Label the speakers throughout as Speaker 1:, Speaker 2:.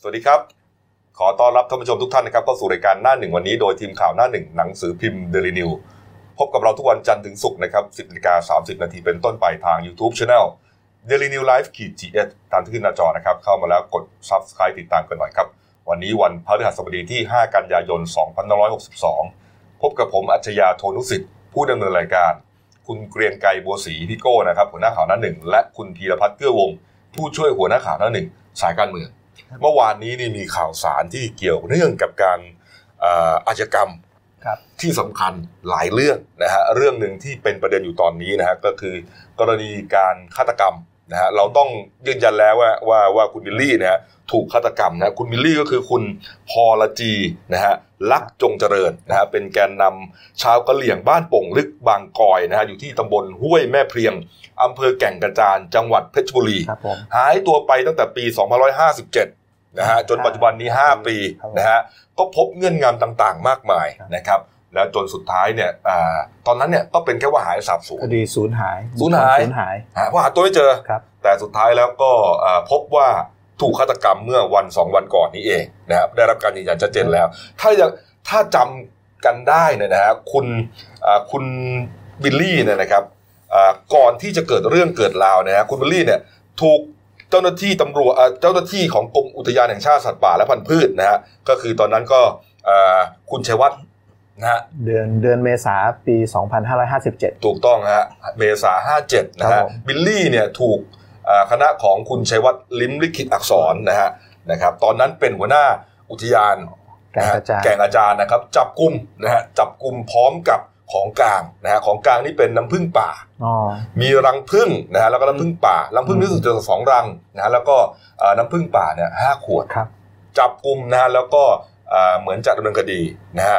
Speaker 1: สวัสดีครับ ขอต้อนรับท่านผู้ชมทุกท่านนะครับเข้าสู่รายการหน้าหนึ่งวันนี้โดยทีมข่าวหน้าหนึ่งหนังสือพิมพ์เดลินิวพบกับเราทุกวันจันทร์ถึงศุกร์นะครับ10นาฬิกา30 นาทีเป็นต้นไปทาง YouTube Channel Daily New Life ขีด GS ตามที่ขึ้นหน้าจอนะครับ เข้ามาแล้วกด Subscribe ติดตามกันหน่อยครับ วันนี้วันพฤหัสบดีที่ 5 กันยายน 2562 พบกับผมอัจฉริยะโทนุสิทธิ์ผู้ดำเนินรายการ คุณเกรียงไกรบัวศรีพี่โก้นะครับหัวหน้าข่าวหน้าหนึ่งและคุณธีรพัฒน์เกื้อวงศ์ผู้ช่วยหัวหน้าข่าวหน้าหนึ่งสายการเมือง เมื่อวานนี้นี่มีข่าวสารที่เกี่ยวเนื่องกับการเอ่ออาชญากรรม
Speaker 2: ครับ
Speaker 1: ที่สำคัญหลายเรื่องนะฮะเรื่องหนึ่งที่เป็นประเด็นอยู่ตอนนี้นะฮะก็คือกรณีการฆาตกรรมนะฮะเราต้องยืนยันแล้วว่าว่าว่าคุณบิลลี่นะฮะถูกฆาตกรรมนะฮะคุณบิลลี่ก็คือคุณพอลจีนะฮะลักษณ์จงเจริญนะฮะเป็นแกนนำชาวกะเหลี่ยงบ้านโป่งลึกบางกอยนะฮะอยู่ที่ตำบลห้วยแม่เพลียงอำเภอแก่งกระจานจังหวัดเพชรบุรี
Speaker 2: ครับผม
Speaker 1: หายตัวไปตั้งแต่ปี 2557 นะฮะ จนปัจจุบันนี้ 5 ปี
Speaker 2: ครับ
Speaker 1: นะฮะ ก็พบเงื่อนงำต่างๆ มากมาย
Speaker 2: ครับ
Speaker 1: นะครับ แล้วจนสุดท้ายเนี่ยอาตอนนั้นเนี่ยก็เป็นแค่ว่าหายสาบสูญ
Speaker 2: คดีศูนย์หาย
Speaker 1: ศูนย์หาย
Speaker 2: ศูนย์หาย
Speaker 1: หาว่าหาตัวไม่เจอ
Speaker 2: ครับ
Speaker 1: แต่สุดท้ายแล้วก็อ่าพบว่าถูกฆาตกรรมเมื่อวันสองวันก่อนนี้เองนะครับได้รับการยืนยันชัดเจนแล้ว ถ้ายังถ้าจำกันได้เนี่ยนะฮะคุณอ่าคุณบิลลี่เนี่ยนะครับอ่าก่อนที่จะเกิดเรื่องเกิดราวเนี่ยนะฮะคุณบิลลี่เนี่ยถูกเจ้าหน้าที่ตำรวจอ่าเจ้าหน้าที่ของกรมอุทยานแห่งชาติสัตว์ป่าและพันธุ์พืชนะฮะก็คือตอนนั้นก็อ่าคุณชัยวัฒน์นะฮะ
Speaker 2: เดือนเดือนเมษาปี 2557
Speaker 1: ถูกต้องฮะเมษา57 นะ
Speaker 2: ครั
Speaker 1: ฮะ
Speaker 2: บผม
Speaker 1: บิลลี่เนี่ยถูกอ่าคณะของคุณชัยวัฒน์ลิมลิขิตอักษรนะฮะนะครับตอนนั้นเป็นหัวหน้าอุทยาน
Speaker 2: แก่งกระจาย
Speaker 1: แก่งอาจารย์นะครับจับกลุ่มนะฮะจับกลุ่มพร้อมกับของกลางนะฮะของกลางนี่เป็นน้ำผึ้งป่า
Speaker 2: อ๋อ
Speaker 1: มีรังผึ้งนะฮะแล้วก็น้ำผึ้งป่ารังผึ้ง
Speaker 2: อืม
Speaker 1: นี่สุดจะสองรังนะฮะแล้วก็อ่าน้ำผึ้งป่าเนี่ยห้าขวด
Speaker 2: ครับ
Speaker 1: จับกลุ่มนะฮะแล้วก็อ่าเหมือนจะดำเนินคดีนะฮะ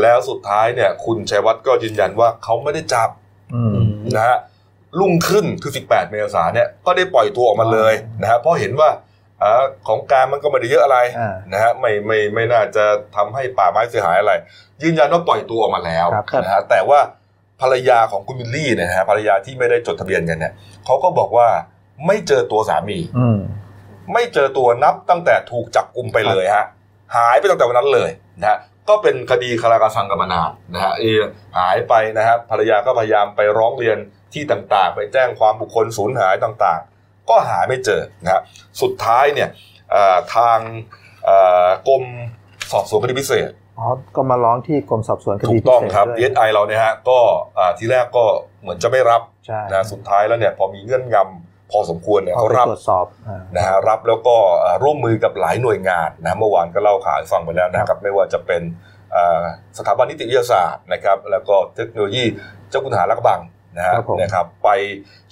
Speaker 1: แล้วสุดท้ายเนี่ยคุณชัยวัฒน์ก็ยืนยันว่าเขาไม่ได้จับ
Speaker 2: อืม
Speaker 1: นะฮะรุ่งขึ้นคือ 18 เมษายนเนี่ยก็ได้ปล่อยตัวออกมาเลยนะฮะเพราะเห็นว่าอ่าของกลางมันก็ไม่ได้เยอะอะไร
Speaker 2: อ่าน
Speaker 1: นะฮะไม่ไม่ไม่น่าจะทำให้ป่าไม้เสียหายอะไร ยืนยันว่าปล่อยตัวออกมาแล้ว
Speaker 2: ครับครับ
Speaker 1: นะฮะแต่ว่าภรรยาของคุณมิลลี่เนี่ยนะฮะภรรยาที่ไม่ได้จดทะเบียนกันเนี่ยเขาก็บอกว่าไม่เจอตัวสามี
Speaker 2: อืม
Speaker 1: ไม่เจอตัวนับตั้งแต่ถูกจับกลุ่มไปเลยฮะหายไปตั้งแต่วันนั้นเลยนะฮะก็เป็นคดีคารากาซังกันมานานนะฮะเออหายไปนะฮะภรรยาก็พยายามไปร้องเรียนที่ต่างๆ ไปแจ้งความบุคคลสูญหายต่างๆ ก็หาไม่เจอนะฮะสุดท้ายเนี่ยเอ่อทางเอ่อกรมสอบสวนคดีพิเศษ
Speaker 2: อ๋อ ก็มาร้องที่กรมสอบสวนค
Speaker 1: ถู
Speaker 2: ดี
Speaker 1: กต้อง
Speaker 2: พิเศษ
Speaker 1: ครับ
Speaker 2: ด้วย
Speaker 1: DSI เราเนี่ยฮะก็อ่าทีแรกก็เหมือนจะไม่รับ
Speaker 2: ใช่
Speaker 1: นะสุดท้ายแล้วเนี่ยพอมีเงื่อนงำพอสมควรเนี่ย
Speaker 2: เขา
Speaker 1: เขารับ
Speaker 2: ตรวจสอบอ่า
Speaker 1: นะฮะรับแล้วก็เอ่อร่วมมือกับหลายหน่วยงานนะเมื่อวานก็เล่าข่าวให้ฟังไปแล้วนะครับไม่ว่าจะเป็นเอ่อสถาบันนิติวิทยาศาสตร์นะครับแล้วก็เทคโนโลยีเจ้าคุณหารักบังนะฮะ
Speaker 2: ครับผม
Speaker 1: นะครับไป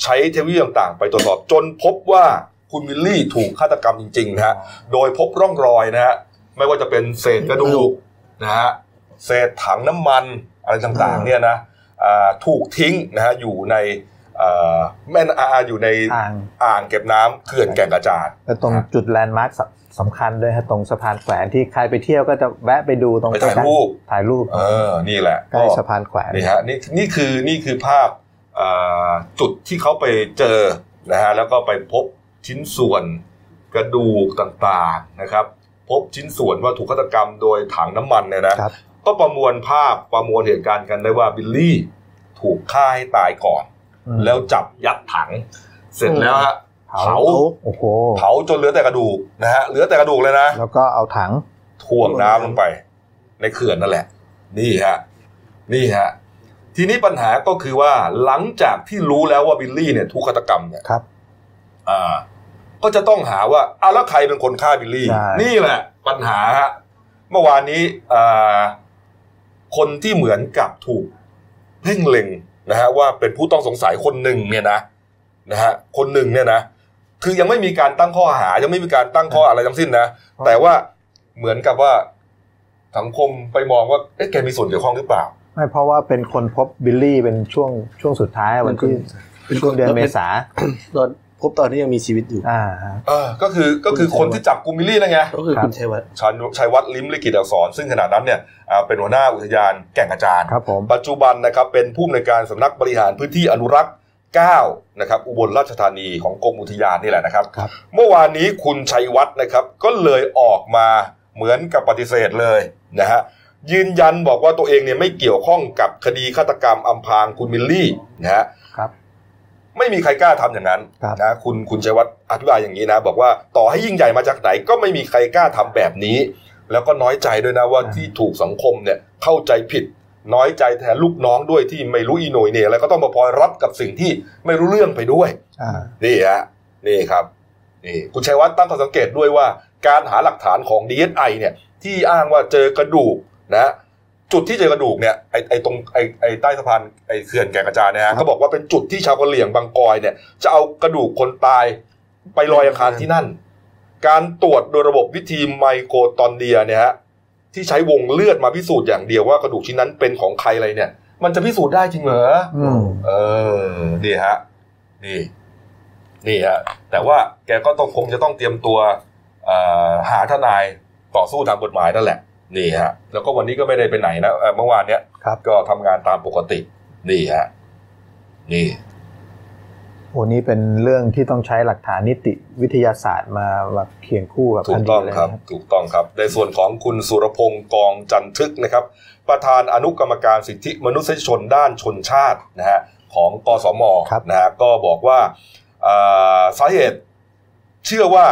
Speaker 1: ใช้เทคโนโลยีต่างๆ ไปตรวจสอบจนพบว่าคุณวิลลี่ถูกฆาตกรรมจริงๆนะฮะโดยพบร่องรอยนะฮะไม่ว่าจะเป็นเศษกระดูกนะฮะเศษถังน้ำมันอะไรต่างๆเนี่ยนะอ่าถูกทิ้งนะฮะอยู่ในเอ่อแม่นอาอยู่ใน
Speaker 2: อ่าง
Speaker 1: อ่างเก็บน้ำเขื่อนแก่งกระจาน
Speaker 2: แล้วตรงจุดแลนด์มาร์คสำสำคัญด้วยฮะ ตรงสะพานแขวนที่ใครไปเที่ยวก็จะแวะไปดูตรง
Speaker 1: ไปถ่ายรูป
Speaker 2: ใกล้ๆถ่ายรูป
Speaker 1: เออ นี่แหละ
Speaker 2: ใกล้สะพานแขวน
Speaker 1: นี่ฮะนี่นี่คือนี่คือภาพอ่าจุดที่เขาไปเจอนะฮะแล้วก็ไปพบชิ้นส่วนกระดูกต่างๆนะครับ พบชิ้นส่วนว่าถูกฆาตกรรมโดยถังน้ำมันเนี่ยนะครับ ก็ประมวลภาพประมวลเหตุการณ์กันได้ว่าบิลลี่ถูกฆ่าให้ตายก่อน
Speaker 2: อืม
Speaker 1: แล้วจับยัดถัง เสร็จแล้วฮะเผา
Speaker 2: โอ้โห
Speaker 1: เผาจนเหลือแต่กระดูกนะฮะเหลือแต่กระดูกเลยนะ
Speaker 2: แล้วก็เอาถัง
Speaker 1: ถ่วงน้ำลงไปในเขื่อนนั่นแหละ นี่ฮะนี่ฮะทีนี้ปัญหาก็คือว่าหลังจากที่รู้แล้วว่าบิลลี่เนี่ยถูกฆาตกรรมเนี่ย
Speaker 2: ครับ
Speaker 1: อ่า ก็จะต้องหาว่าอ้าวแล้วใครเป็นคนฆ่าบิลลี่
Speaker 2: ใช่
Speaker 1: นี่แหละ ปัญหาฮะเมื่อวานนี้อ่าคนที่เหมือนกับถูกเพ่งเล็งนะฮะว่าเป็นผู้ต้องสงสัยคนหนึ่งเนี่ยนะนะฮะคนหนึ่งเนี่ยนะคือยังไม่มีการตั้งข้อหา ยังไม่มีการตั้งข้ออะไรทั้งสิ้นนะ แต่ว่าเหมือนกับว่าสังคมไปมองว่า เอ๊ะแกมีส่วนเกี่ยวข้องหรือเปล่า
Speaker 2: ไม่เพราะว่าเป็นคนพบบิลลี่เป็นช่วงช่วงสุดท้ายอะวันที่
Speaker 3: เป็นค
Speaker 2: ช่วน งเดือนเมษา
Speaker 3: ตอนพบตอนนี้ยังมีชีวิตอยู่
Speaker 2: อ่า
Speaker 1: เออ ก็คือก็คือคนที่จับกุมมิลลี่นั่นไง
Speaker 3: ก็คือ
Speaker 2: ครับ
Speaker 3: คุณชัยวัฒน์
Speaker 1: ชันชัยวัฒน์ลิมลิขิตอักษร ซึ่งขณะนั้นเนี่ยอ่าเป็นหัวหน้าอุทยานแก่งกระจาน
Speaker 2: ครับผม
Speaker 1: ปัจจุบันนะครับเป็นผู้อำนวยการสำนักบริหารพื้นที่อนุรักษ์ 9นะครับอุบลราชธานีของกรมอุทยานนี่แหละนะครับ
Speaker 3: ครับ
Speaker 1: เมื่อวานนี้คุณชัยวัฒน์นะครับก็เลยออกมาเหมือนกับปฏิเสธเลยนะฮะยืนยันบอกว่าตัวเองเนี่ยไม่เกี่ยวข้องกับคดีฆาตกรรมอำพรางคุณมิลลี่นะฮะ
Speaker 2: ครับ
Speaker 1: ไม่มีใครกล้าทำอย่างนั้น
Speaker 2: ครับ
Speaker 1: นะคุณคุณชัยวัฒน์อธิบายอย่างนี้นะ บอกว่าต่อให้ยิ่งใหญ่มาจากไหนก็ไม่มีใครกล้าทำแบบนี้ แล้วก็น้อยใจด้วยนะว่าที่ถูกสังคมเนี่ยเข้าใจผิด น้อยใจแทนลูกน้องด้วยที่ไม่รู้อีโหนยเนี่ยแล้วก็ต้องมาพลอยรับกับสิ่งที่ไม่รู้เรื่องไปด้วย
Speaker 2: อ่า
Speaker 1: นี่ฮะนี่ครับนี่คุณชัยวัฒน์ตั้งข้อสังเกตด้วยว่าการหาหลักฐานของ DSI เนี่ยที่อ้างว่าเจอกระดูกนะจุดที่เจอกระดูกเนี่ยไอไอตรงไอไอใต้สะพานไอเขื่อนแก่งกระจานเนี่ยฮะเขาบอกว่าเป็นจุดที่ชาวกะเหรี่ยงบางกอยเนี่ยจะเอากระดูกคนตายไปลอยอังคารที่นั่น การตรวจโดยระบบวิธีไมโครตอนเดียเนี่ยฮะที่ใช้วงเลือดมาพิสูจน์อย่างเดียวว่ากระดูกชิ้นนั้นเป็นของใครอะไรเนี่ย มันจะพิสูจน์ได้จริงเหรอ
Speaker 2: อืม
Speaker 1: เออ นี่ฮะ นี่ นี่ฮะ แต่ว่าแกก็ต้องคงจะต้องเตรียมตัวเอ่อหาทนายต่อสู้ทางกฎหมายนั่นแหละ นี่ฮะ แล้วก็วันนี้ก็ไม่ได้ไปไหนนะเอ่อเมื่อวานเนี้ย
Speaker 2: ครับ
Speaker 1: ก็ทำงานตามปกติ นี่ฮะ นี่
Speaker 2: โอ้นี่เป็นเรื่องที่ต้องใช้หลักฐานนิติวิทยาศาสตร์มาแบบเคียงคู่กับ
Speaker 1: ถู
Speaker 2: ค
Speaker 1: ก
Speaker 2: ดี
Speaker 1: ต้อง
Speaker 2: เลย
Speaker 1: ครับ
Speaker 2: นะ
Speaker 1: ถูกต้องครับ ในส่วนของคุณสุรพงศ์กองจันทึกนะครับ ประธานอนุกรรมการสิทธิมนุษยชนด้านชนชาตินะฮะของกสมนะฮะก็บอกว่าเอ่อสาเหตุเชื่อว่า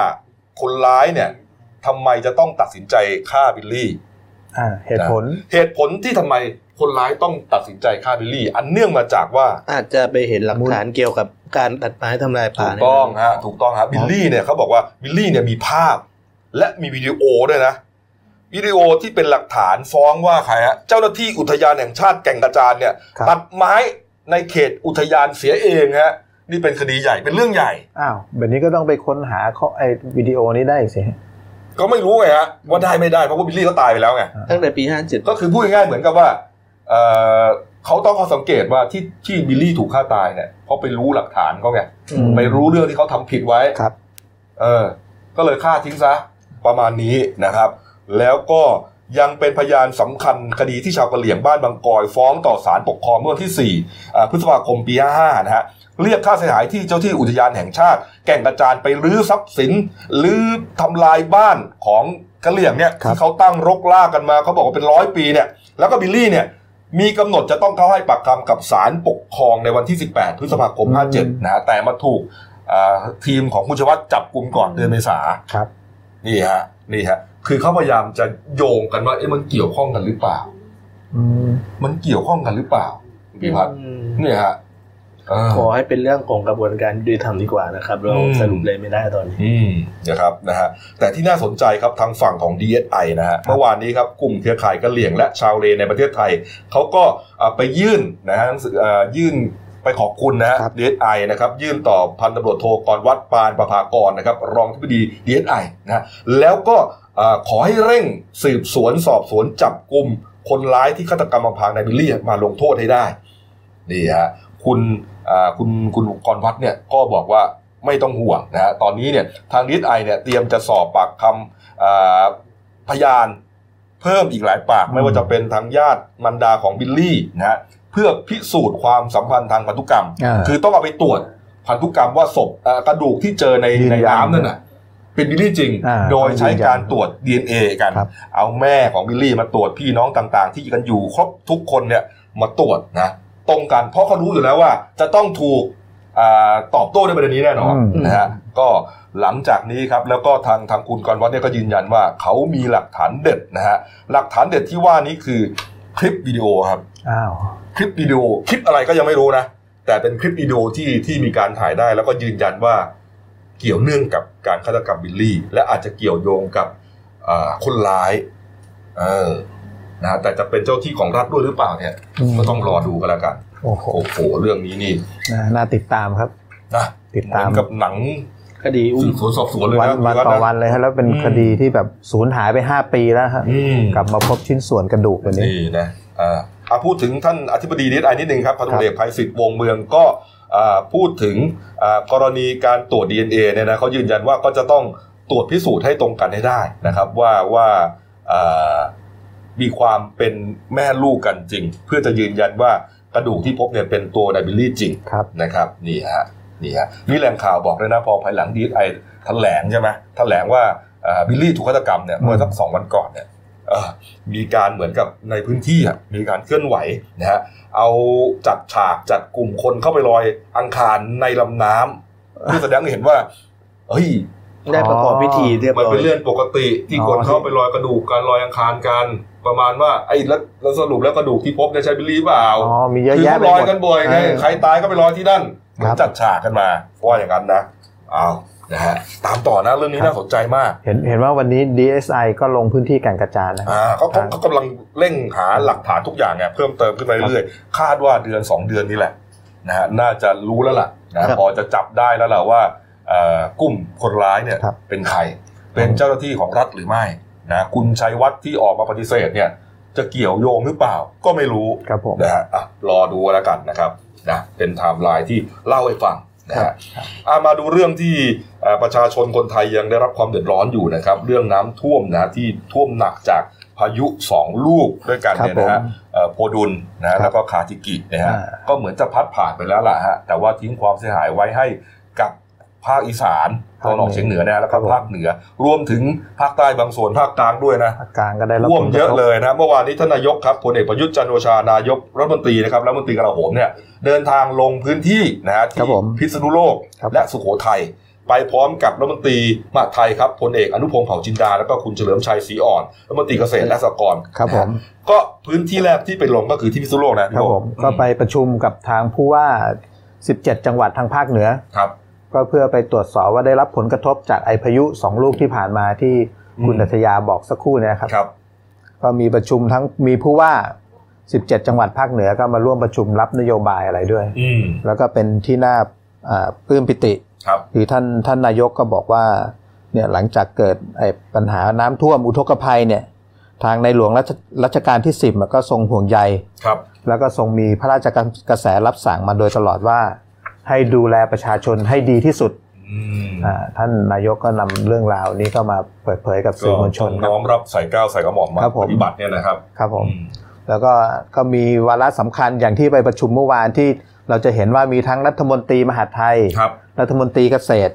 Speaker 1: คนร้ายเนี่ยทำไมจะต้องตัดสินใจฆ่าบิลลี่
Speaker 2: อ่าเหตุผล
Speaker 1: เหตุผลที่ทำไมคนร้ายต้องตัดสินใจฆ่าบิลลี่ อันเนื่องมาจากว่า
Speaker 3: อาจจะไปเห็นหลักฐานเกี่ยวกับการตัดไม้ทำลาย
Speaker 1: ถู
Speaker 3: ป่ากเนี่ย
Speaker 1: ต้องฮะถูกต้องฮะบิลลี่เนี่ยเขาบอกว่าบิลลี่เนี่ยมีภาพ และมีวิดีโอด้วยนะ วิดีโอที่เป็นหลักฐานฟ้องว่าใครฮะเจ้าหน้าที่อุทยานแห่งชาติแก่งกระจานเนี่ย
Speaker 2: ครับ
Speaker 1: ตัดไม้ในเขตอุทยานเสียเองฮะนี่เป็นคดีใหญ่เป็นเรื่องใหญ่
Speaker 2: อ้าวแบบนี้ก็ต้องไปค้นหาข้อไอ้วิดีโอนี้ได้สิ
Speaker 1: ก็ไม่รู้ไงฮะว่าได้ไม่ได้เพราะว่าบิลลี่เขาตายไปแล้วไง
Speaker 3: ตั้งแต่ปีห้าเจ็ด
Speaker 1: ก็คือพูดง่ายๆเหมือนกับว่าเอ่อเขาต้องเขาสังเกตว่าที่ที่บิลลี่ถูกฆ่าตายเนี่ยเพราะไปรู้หลักฐานเขาไง
Speaker 2: อืม
Speaker 1: ไปรู้เรื่องที่เขาทำผิดไว้
Speaker 2: ครับ
Speaker 1: เออ ก็เลยฆ่าทิ้งซะประมาณนี้นะครับ แล้วก็ยังเป็นพยานสำคัญคดีที่ชาวกะเหรี่ยงบ้านบางกอยฟ้องต่อศาลปกครองเมื่อวันที่4อ่าพฤษภาคมปี 55 นะฮะ เรียกค่าเสียหายที่เจ้าที่อุทยานแห่งชาติ แก่งกระจานไปรื้อทรัพย์สินรื้อทำลายบ้านของกะเหรี่ยงเนี่ย
Speaker 2: ครับ
Speaker 1: ที่เขาตั้งรกลากกันมาเขาบอกว่าเป็นร้อยปีเนี่ย แล้วก็บิลลี่เนี่ย มีกำหนดจะต้องเข้าให้ปากคำกับศาลปกครองในวันที่ 18 พฤษภาคม
Speaker 2: อืม
Speaker 1: 57 นะฮะแต่มาถูกอ่าทีมของคุณชวัฒน์จับกลุ่มก่อนเดือนเมษา
Speaker 2: ครับ
Speaker 1: นี่ฮะ นี่ฮะ คือเขาพยายามจะโยงกันว่า เอ๊ะมันเกี่ยวข้องกันหรือเปล่า
Speaker 2: อืม
Speaker 1: มันเกี่ยวข้องกันหรือเปล่าคุณพิพัฒน์
Speaker 3: อืม
Speaker 1: เนี่ยฮะเออ
Speaker 3: ขอให้เป็นเรื่องของกระบวนการยุติธรรมดีกว่านะครับ เรา
Speaker 1: อืม
Speaker 3: สรุปเลยไม่ได้ตอนนี้
Speaker 1: อืมนะครับนะฮะแต่ที่น่าสนใจครับทางฝั่งของ DSI นะฮะเมื่อวานนี้ครับกลุ่มเครือข่ายกะเหลี่ยงและชาวเลในประเทศไทย เขาก็อ่าไปยื่นนะฮะหนังสืออ่ายื่นไปขอบคุณนะฮะ DSI นะครับยื่นต่อพันตำรวจโทกรวัดปานประภากรนะครับรองอธิบดี DSI นะฮะแล้วก็อ่าขอให้เร่งสืบสวนสอบสวนจับกลุ่มคนร้ายที่ฆาตกรรมอำพรางนายบิลลี่มาลงโทษให้ได้ นี่ฮะคุณอ่าคุณคุณกรวัฒน์เนี่ยก็บอกว่าไม่ต้องห่วงนะฮะตอนนี้เนี่ยทางดีไอเนี่ยเตรียมจะสอบปากคำอ่าพยานเพิ่มอีกหลายปาก ไม่ว่าจะเป็นทางญาติมันดาของบิลลี่นะฮะเพื่อพิสูจน์ความสัมพันธ์ทางพันธุกรรม
Speaker 2: อ่า
Speaker 1: คือต้องเอาไปตรวจพันธุกรรมว่าศพเอ่อกระดูกที่เจอใน
Speaker 2: ยืน
Speaker 1: ใน
Speaker 2: ยัน
Speaker 1: น้ำนั่นน่ะเป็นบิลลี่จริง
Speaker 2: อ่า
Speaker 1: โดยใช้การ
Speaker 2: ต้องยืนยั
Speaker 1: ตร
Speaker 2: น
Speaker 1: วจ DNA กัน
Speaker 2: ครับ
Speaker 1: เอาแม่ของบิลลี่มาตรวจพี่น้องต่างๆ ที่กันอยู่ครบทุกคนเนี่ยมาตรวจนะตรงกันเพราะเขารู้อยู่แล้วว่าจะต้องถูกอาตอบโต้ในประเด็นนี้แน่นอน
Speaker 2: อืม
Speaker 1: นะฮะก็หลังจากนี้ครับแล้วก็ทางทางคุณกรวัฒน์เนี่ยก็ยืนยันว่าเขามีหลักฐานเด็ดนะฮะหลักฐานเด็ดที่ว่านี้คือคลิปวิดีโอครับ
Speaker 2: อ้าว
Speaker 1: คลิปวิดีโอคลิปอะไรก็ยังไม่รู้นะ แต่เป็นคลิปวิดีโอที่ที่มีการถ่ายได้ แล้วก็ยืนยันว่าเกี่ยวเนื่องกับการฆาตกรรมบิลลี่ และอาจจะเกี่ยวโยงกับอ่าคนร้ายเออนะฮะแต่จะเป็นเจ้าที่ของรัฐด้วยหรือเปล่าเนี่ย
Speaker 2: อืม
Speaker 1: ก็ต้องรอดูกันแล้วกัน
Speaker 2: โอ้โห
Speaker 1: โอ้โหเรื่องนี้นี่
Speaker 2: น่าน่าติดตามครับ
Speaker 1: นะ
Speaker 2: ติดตาม
Speaker 1: เหอนกับหนัง
Speaker 3: คดีอุ้ม
Speaker 1: สืบสวนสอบสวนเลย
Speaker 2: วัน
Speaker 1: นะ
Speaker 2: วัน
Speaker 1: คุณ
Speaker 2: ต่อ
Speaker 1: ฒะ
Speaker 2: วันเลยครับแล้วเป็น
Speaker 1: อืม
Speaker 2: คดีที่แบบสูญหายไป 5 ปีแล้วฮะ
Speaker 1: อืม
Speaker 2: กลับมาพบชิ้นส่วนกระดูกแบบนี้
Speaker 1: นี่นะอ่าอ่ะพูดถึงท่านอธิบดีนิดไอนิดหนึ่งครับพันธุ์เอกภัยศิษฐ์วงเมืองก็อ่าพูดถึงอ่ากรณีการตรวจ DNA เนี่ยนะเขายืนยันว่าก็จะต้องตรวจพิสูจน์ให้ตรงกันให้ได้นะครับ ว่าว่าอ่ามีความเป็นแม่ลูกกันจริง เพื่อจะยืนยันว่า กระดูกที่พบเนี่ยเป็นตัวไดบิลลี่จริง
Speaker 2: ครับ
Speaker 1: นะครับนี่ฮะนี่ฮะนี่แหล่งข่าวบอกเลยนะพอภายหลังดีไอแถลงใช่ไหมแถลงว่าเอ่อบิลลี่ถูกฆาตกรรมเนี่ยเมื่อสักสองวันก่อนเนี่ยเอ่อมีการเหมือนกับในพื้นที่อะมีการเคลื่อนไหวนะฮะเอาจัดฉากจัดกลุ่มคนเข้าไปลอยอังคารในลำน้ำเพื่อแสดงให้เห็นว่าเฮ้ย
Speaker 3: ได้ประกอบพิธีเรียบ
Speaker 1: มัน
Speaker 3: ร้อย
Speaker 1: เป็นเรื่องปกติที่
Speaker 2: อ๋อ
Speaker 1: คนเข้าไปลอยกระดูกการลอยอังคารกันประมาณว่าไอ้แล้วแล้วสรุปแล้วกระดูกที่พบเนี่ยใช่บิลลี่เปล่า
Speaker 2: อ๋อมีเย
Speaker 1: คื
Speaker 2: อะแยะ
Speaker 1: เขา
Speaker 2: ไป
Speaker 1: ล
Speaker 2: ห
Speaker 1: อย
Speaker 2: มด
Speaker 1: กันบ่อยไง
Speaker 2: เออ
Speaker 1: ใครตายก็ไปลอยที่นั่นเหมือ
Speaker 2: ค
Speaker 1: น
Speaker 2: รับ
Speaker 1: จัดฉากกันมาว่าอย่างนั้นนะอ้าวนะฮะตามต่อนะเรื่องนี้
Speaker 2: ครับ
Speaker 1: น่าสนใจมาก
Speaker 2: เห็นเห็นว่าวันนี้ DSI ก็ลงพื้นที่แก่งกระจานนะ
Speaker 1: อ่าเขา
Speaker 2: ครับ
Speaker 1: เขากำลังเร่งหาหลักฐานทุกอย่างไงเพิ่มเติมขึ้นไปเรื่อยๆคาดว่าเดือนสองเดือนนี้แหละนะฮะน่าจะรู้แล้วล่ะนะพอจะจับได้แล้วล่ะว่าเอ่อกลุ่มคนร้ายเนี่ย
Speaker 2: ครับ
Speaker 1: เป็นใคร เป็นเจ้าหน้าที่ของรัฐหรือไม่นะ คุณชัยวัฒน์ที่ออกมาปฏิเสธเนี่ย จะเกี่ยวโยงหรือเปล่าก็ไม่รู้
Speaker 2: ครับผม
Speaker 1: นะฮะอ่ะรอดูแล้วกันนะครับนะเป็นไทม์ไลน์ที่เล่าให้ฟังนะ
Speaker 2: ครั
Speaker 1: ฮะ
Speaker 2: บครับ
Speaker 1: อ่ะมาดูเรื่องที่เอ่อประชาชนคนไทยยังได้รับความเดือดร้อนอยู่นะครับ เรื่องน้ำท่วมนะที่ท่วมหนักจากพายุสองลูกด้วยกัน
Speaker 2: ครับ
Speaker 1: เนี่ยนะฮะ
Speaker 2: ผม
Speaker 1: เอ่อโพดุลนะแล้วก็คาทิกินะฮะ
Speaker 2: อ่า
Speaker 1: ก็เหมือนจะพัดผ่านไปแล้วล่ะฮะแต่ว่าทิ้งความเสียหายไว้ให้กับภาคอีสานตอนออกเฉียงเหนือ เหนือนะแล้วก็ภาคเหนือ รวมถึงภาคใต้บางส่วนภาคกลางด้วยนะ
Speaker 2: ภาคกลางก็ได้รับ
Speaker 1: ร่วม
Speaker 2: ผลกรทบ
Speaker 1: เยอะเลยนะเมื่อวานนี้ท่านนายกครับพลเอกประยุทธ์จันทร์โอชานายกรัฐมนตรีนะครับรัฐมนตรีกระโหมเนี่ยเดินทางลงพื้นที่นะฮะ
Speaker 2: ครั
Speaker 1: ที่
Speaker 2: บผม
Speaker 1: พิษณุโลก
Speaker 2: ครับ
Speaker 1: และสุโขทัยไปพร้อมกับรัฐมนตรีมหาดไทยครับพลเอกอนุพงศ์เผ่าจินดาแล้วก็คุณเฉลิมชัยศรีอ่อนรัฐมนตรีเกษตรและสหกรณ์
Speaker 2: ครับผม
Speaker 1: ก็พื้นที่แรกที่ไปลงก็คือที่พิษณุโลกนะ
Speaker 2: ค
Speaker 1: พี่
Speaker 2: รับ
Speaker 1: โ
Speaker 2: ผมก็ไปประชุมกับทางผู้ว่า 17 จังหวัดทางภาคเหนือ
Speaker 1: ครับ
Speaker 2: ก็เพื่อไปตรวจสอบว่าได้รับผลกระทบจากไอพายุ 2 ลูกที่ผ่านมาที่คุณ
Speaker 1: อืม
Speaker 2: อัธยาบอกสักครู่เนยนะครับ
Speaker 1: ครับ
Speaker 2: ก็มีประชุมทั้งมีผู้ว่า 17 จังหวัดภาคเหนือก็มาร่วมประชุมรับนโยบายอะไรด้วย
Speaker 1: อืม
Speaker 2: แล้วก็เป็นที่น่าอ่าปลื้มปิติ
Speaker 1: ครับ
Speaker 2: คือท่านท่านนายกก็บอกว่าเนี่ยหลังจากเกิดไอ้ปัญหาน้ำท่วมอุทกภัยเนี่ยทางในหลวงรัชรัชกาลที่ 10อะก็ทรงห่วงใย
Speaker 1: ครับ
Speaker 2: แล้วก็ทรงมีพระราชกระแสรับสั่งมาโดยตลอดว่า ให้ดูแลประชาชนให้ดีที่สุด
Speaker 1: อืม
Speaker 2: อ่าท่านนายกก็นำเรื่องราวนี้ก็มาเปิดเผยกับ
Speaker 1: ก็
Speaker 2: สื่อมวลชนครั
Speaker 1: น้อบ มรับใส่ก้าวใส่กระหม่อมมา
Speaker 2: ครับผม
Speaker 1: ปฏิบัติเนี่ยนะครับ
Speaker 2: ครับผม
Speaker 1: อืม
Speaker 2: แล้วก็ก็มีวาระสำคัญอย่างที่ไปประชุมเมื่อวานที่เราจะเห็นว่ามีทั้งรัฐมนตรีมหาดไทย
Speaker 1: ครับ
Speaker 2: รัฐมนตรีเกษตร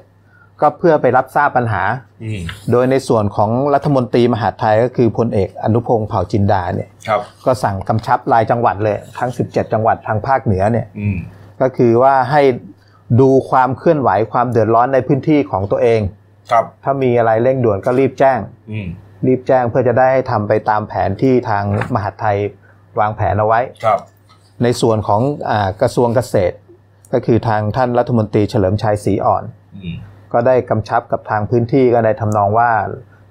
Speaker 2: ก็เพื่อไปรับทราบปัญหา
Speaker 1: อืม
Speaker 2: โดยในส่วนของรัฐมนตรีมหาดไทยก็คือพลเอกอนุพงศ์เผ่าจินดาเนี่ย
Speaker 1: ครับ
Speaker 2: ก็สั่งกำชับรายจังหวัดเลยทั้ง 17 จังหวัดทางภาคเหนือเนี่ย
Speaker 1: อืม
Speaker 2: ก็คือว่าให้ดูความเคลื่อนไหวความเดือดร้อนในพื้นที่ของตัวเอง
Speaker 1: ครับ
Speaker 2: ถ้ามีอะไรเร่งด่วนก็รีบแจ้ง
Speaker 1: อืม
Speaker 2: รีบแจ้งเพื่อจะได้ทำไปตามแผนที่ทางมหาดไทยวางแผนเอาไว้
Speaker 1: ครับ
Speaker 2: ในส่วนของอากระทรวงเกษตร ก็คือทางท่านรัฐมนตรีเฉลิมชัยศรีอ่อน
Speaker 1: อืม
Speaker 2: ก็ได้กำชับกับทางพื้นที่ก็ในทำนองว่า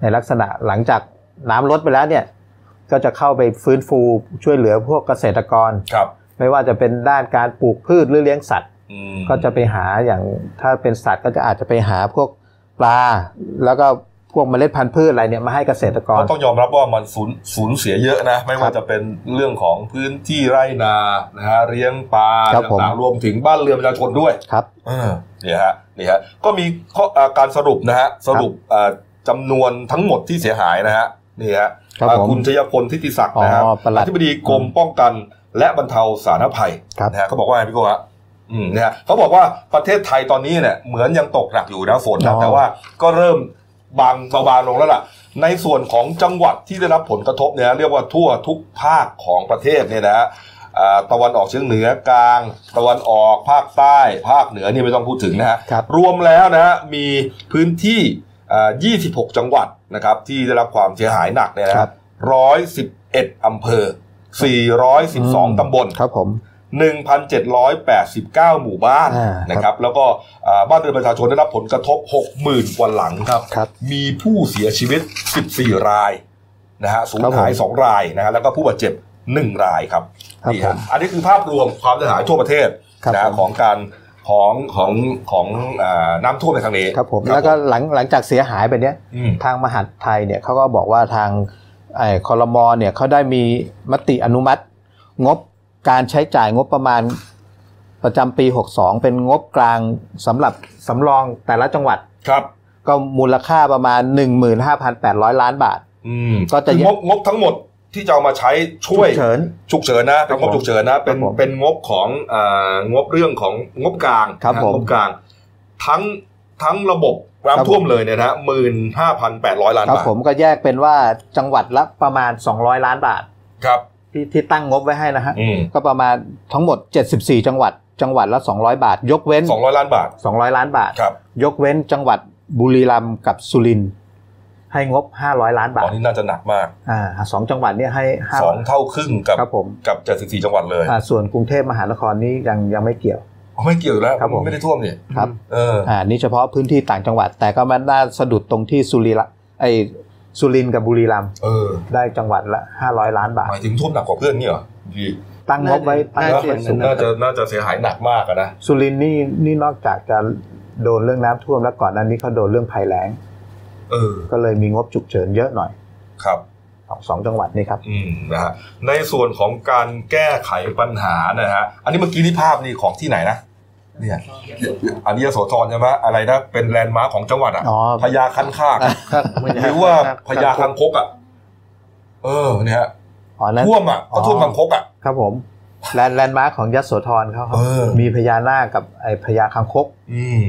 Speaker 2: ในลักษณะหลังจากน้ำลดไปแล้วเนี่ยก็จะเข้าไปฟื้นฟูช่วยเหลือพวกเกษตรกร
Speaker 1: ครับ
Speaker 2: ไม่ว่าจะเป็นด้านการปลูกพืชหรือเลี้ยงสัตว์
Speaker 1: อืม
Speaker 2: ก็จะไปหาอย่างถ้าเป็นสัตว์ก็จะอาจจะไปหาพวกปลา แล้วก็พวกเมล็ดพันธุ์พืชอะไรเนี่ยมาให้เกษตรกร
Speaker 1: ก็ต้องยอมรับว่ามันสูญสูญเสียเยอะนะ ไม่ว่า
Speaker 2: ครับ
Speaker 1: จะเป็นเรื่องของพื้นที่ไร่นา นะฮะ เลี้ยงปลา
Speaker 2: ครับผม
Speaker 1: ต่างๆรวมถึงบ้านเรือนประชาชนด้วย
Speaker 2: ครับ
Speaker 1: เออเนี่ยฮะเนี่ยฮะ ก็มีข้ออ่าการสรุปนะฮะ สรุปอ่าจำนวนทั้งหมดที่เสียหายนะฮะ นี่ฮะ
Speaker 2: ครับ
Speaker 1: อ่า
Speaker 2: ผม
Speaker 1: คุณชยพลทิติศักดิ์นะฮะ
Speaker 2: อ๋อปลัด
Speaker 1: ธิบดีกรมป้องกันและบรรเทาสาธารณภัย
Speaker 2: ครับ
Speaker 1: นะฮะเขาบอกว่าไงพี่โกฮะอืมนะฮะเขาบอกว่าประเทศไทยตอนนี้เนี่ยเหมือนยังตกหนักอยู่นะฝนนะแต่ว่าก็เริ่มบางเบาบางลงแล้วล่ะ ในส่วนของจังหวัดที่ได้รับผลกระทบเนี่ยเรียกว่าทั่วทุกภาคของประเทศเนี่ยนะฮะ อ่าตะวันออกเฉียงเหนือกลาง ตะวันออกภาคใต้ ภาคเหนือนี่ไม่ต้องพูดถึงนะฮะ
Speaker 2: ครับ
Speaker 1: รวมแล้วนะฮะมีพื้นที่อ่า26 จังหวัดนะครับที่ได้รับความเสียหายหนักเนี่ยนะ
Speaker 2: ค
Speaker 1: ค
Speaker 2: รั
Speaker 1: รับ บ111 อำเภอ 412 ตำบล
Speaker 2: ครับผม
Speaker 1: 1,789 หมู่บ้าน
Speaker 2: อ่า
Speaker 1: นะครับ แล้วก็อ่าบ้านเรือนประชาชนได้รับผลกระทบ 60,000 กว่าหลังครับ
Speaker 2: ครับ
Speaker 1: มีผู้เสียชีวิต 14 รายนะฮะสูญ
Speaker 2: ครับผม
Speaker 1: หาย 2 รายนะฮะแล้วก็ผู้บาดเจ็บ 1 รายครับ
Speaker 2: ครับ
Speaker 1: นี่ฮะ
Speaker 2: ผม
Speaker 1: อันนี้คือภาพรวมความเสียหายทั่วประเทศ
Speaker 2: ครับ
Speaker 1: นะ
Speaker 2: ผ
Speaker 1: ฮะ
Speaker 2: ม
Speaker 1: ของการของของของอ่าน้ำท่วมในครั้งนี้
Speaker 2: ครับผมแล้วก็หลังหลังจากเสียหายไปเนี้ย
Speaker 1: อืม
Speaker 2: ทางมหาดไทยเนี่ยเขาก็บอกว่าทางไอ้คอรมอเนี่ยเขาได้มีมติอนุมัติ งบการใช้จ่ายงบประมาณประจำปี 62 เป็นงบกลางสำหรับสำรองแต่ละจังหวัด
Speaker 1: ครับ
Speaker 2: ก็มูลค่าประมาณ 15,800 ล้านบาท
Speaker 1: อืม
Speaker 2: ก็จะ
Speaker 1: คืองบงบทั้งหมด ที่จะเอามาใช้ช่วย
Speaker 2: ฉุกเฉิน
Speaker 1: ฉุกเฉินนะเป็นงบ
Speaker 2: ครับผม
Speaker 1: ฉุกเฉินนะเป็น
Speaker 2: ครับผม
Speaker 1: เป็นงบของเอ่องบเรื่องของงบกลาง
Speaker 2: ครับ
Speaker 1: นะ
Speaker 2: ผม
Speaker 1: งบกลาง ทั้งทั้งระบบ
Speaker 2: ครับ
Speaker 1: น้ำท่วม
Speaker 2: ผม
Speaker 1: เลยเนี่ยนะหมื่นห้าพันแปดร้อยล้าน
Speaker 2: ครับ
Speaker 1: บาท
Speaker 2: ผมก็แยกเป็นว่าจังหวัดละประมาณ 200 ล้านบาท
Speaker 1: ครับ
Speaker 2: ที่ที่ตั้งงบไว้ให้นะฮะ
Speaker 1: อืม
Speaker 2: ก็ประมาณทั้งหมด 74 จังหวัด จังหวัดละ 200 บาท ยกเว้น
Speaker 1: สองร้อยล้านบาท
Speaker 2: 200 ล้านบาท
Speaker 1: ครับ
Speaker 2: ยกเว้นจังหวัดบุรีรัมย์กับสุรินทร์ให้งบ 500 ล้านบา
Speaker 1: ตอ
Speaker 2: ท
Speaker 1: นนี้น่าจะหนักมาก
Speaker 2: อ่าสองจังหวัดเนี่ยให้
Speaker 1: สอง
Speaker 2: 5
Speaker 1: เท่าครึ่งกับ
Speaker 2: ครับผม
Speaker 1: กับเจ็ดสิบสี่จังหวัดเลย
Speaker 2: อ่าส่วนกรุงเทพมหานครนี่ยังยังไม่เกี่ยว
Speaker 1: อ๋อไม่เกี่ยวอยู่แล้ว
Speaker 2: ครับผม
Speaker 1: ไม่ได้ท่วมเนี่ย
Speaker 2: ครับ
Speaker 1: เออ
Speaker 2: อ่านี่เฉพาะพื้นที่ต่างจังหวัด แต่ก็มันน่าสะดุดตรงที่สุริละไอสุรินทร์กับบุรีรัมย์
Speaker 1: เออ
Speaker 2: ได้จังหวัดละ 500 ล้านบาท
Speaker 1: หมายถึงท่วมหนักกว่าเพื่อนเนี่ยเหรอพี่
Speaker 2: ตั้งงบไว้ตั้งงบไว้สูง
Speaker 1: น่าจะน่าจะเสียหายหนักมากอะนะ
Speaker 2: สุรินทร์นี่นี่นอกจากจะโดนเรื่องน้ำท่วมแล้วก่อนหนั้นนี้เขาโดนเรื่องภัยแล้ง
Speaker 1: เออ
Speaker 2: ก็เลยมีงบฉุกเฉินเยอะหน่อย
Speaker 1: ครับ
Speaker 2: ของสองจังหวัดนี่ครับ
Speaker 1: อืมนะฮะในส่วนของการแก้ไขปัญหานะฮะอันนี้เมื่อกี้นี่ภาพนี่ของที่ไหนนะเนี่ยอันนี้ยโสธรใช่ไหมอะไรนะเป็นแลนด์มาร์คของจังหวัดอ่ะ
Speaker 2: อ๋อ
Speaker 1: พญาคันคากอะ
Speaker 3: ครับ
Speaker 1: หรือว่าพญาคังคกอ่ะเออเนี่ยฮะ
Speaker 2: อ๋อนั้น
Speaker 1: ท่วมอ่ะ
Speaker 2: อ๋
Speaker 1: ก็
Speaker 2: อ
Speaker 1: ท่วมคังคกอ่ะ
Speaker 2: ครับผมแลนด์แลนด์มาร์คของยโสธรเขาครับ
Speaker 1: เออ
Speaker 2: มีพญานาคกับไอพญาคังคก
Speaker 1: อืม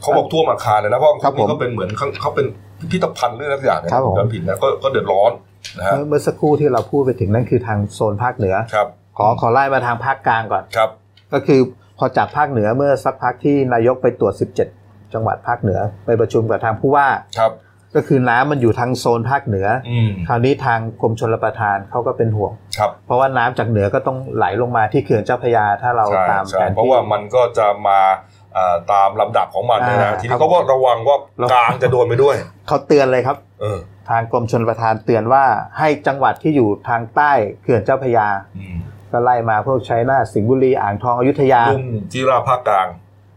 Speaker 1: เขาบอกท่วมอาคารเลยนะเพราะ
Speaker 2: ครั
Speaker 1: เขา
Speaker 2: บผม
Speaker 1: นี่ก็เป็นเหมือนเขาเขาเป็นพิพิธภัณฑ์เรื่องนักอย่างเนี่ย
Speaker 2: ครับผม
Speaker 1: จำผิดนะก็ก็เดือดร้อนนะฮะ
Speaker 2: เมื่อเมื่อสักครู่ที่เราพูดไปถึงนั่นคือทางโซนภาคเหนือ
Speaker 1: ครับ
Speaker 2: ขอขอไล่มาทางภาคกลางก่อน
Speaker 1: ครับ
Speaker 2: ก็คือพอจากภาคเหนือเมื่อสักพักที่นายกไปตรวจ 17 จังหวัดภาคเหนือ ไปประชุมกับทางผู้ว่า
Speaker 1: ครับ
Speaker 2: ก็คือน้ำมันอยู่ทางโซนภาคเหนือ
Speaker 1: อืม
Speaker 2: คราวนี้ทางกรมชลประทานเขาก็เป็นห่วง
Speaker 1: ครับ
Speaker 2: เพราะว่าน้ำจากเหนือก็ต้องไหลลงมาที่เขื่อนเจ้าพระยาถ้าเรา
Speaker 1: ใช่
Speaker 2: ตาม
Speaker 1: ใช่
Speaker 2: แผน
Speaker 1: เพราะ
Speaker 2: ที่
Speaker 1: ว่ามันก็จะมาอ่าตามลำดับของมันเนี่ยนะ
Speaker 2: อ่า
Speaker 1: ที
Speaker 2: ครั
Speaker 1: นี้
Speaker 2: บ
Speaker 1: เขาก็ระวังว่า
Speaker 2: แล้ว
Speaker 1: กลางจะโดนไปด้วย
Speaker 2: เขาเตือนเลยครับ
Speaker 1: เออ
Speaker 2: ทางกรมชนประทานเตือนว่าให้จังหวัดที่อยู่ทางใต้เขื่อนเจ้าพระยา
Speaker 1: อืม
Speaker 2: ก็ไล่มาพวกชัยนาทสิงห์บุรีอ่างทองอยุธยา
Speaker 1: รุ่มจีราภาคกลาง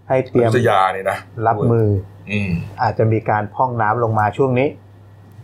Speaker 2: ให้เต
Speaker 1: อ
Speaker 2: รียม
Speaker 1: ยุธยาเนี่ยนะ
Speaker 2: รับมือ
Speaker 1: อืม
Speaker 2: อาจจะมีการพร่องน้ำลงมาช่วงนี้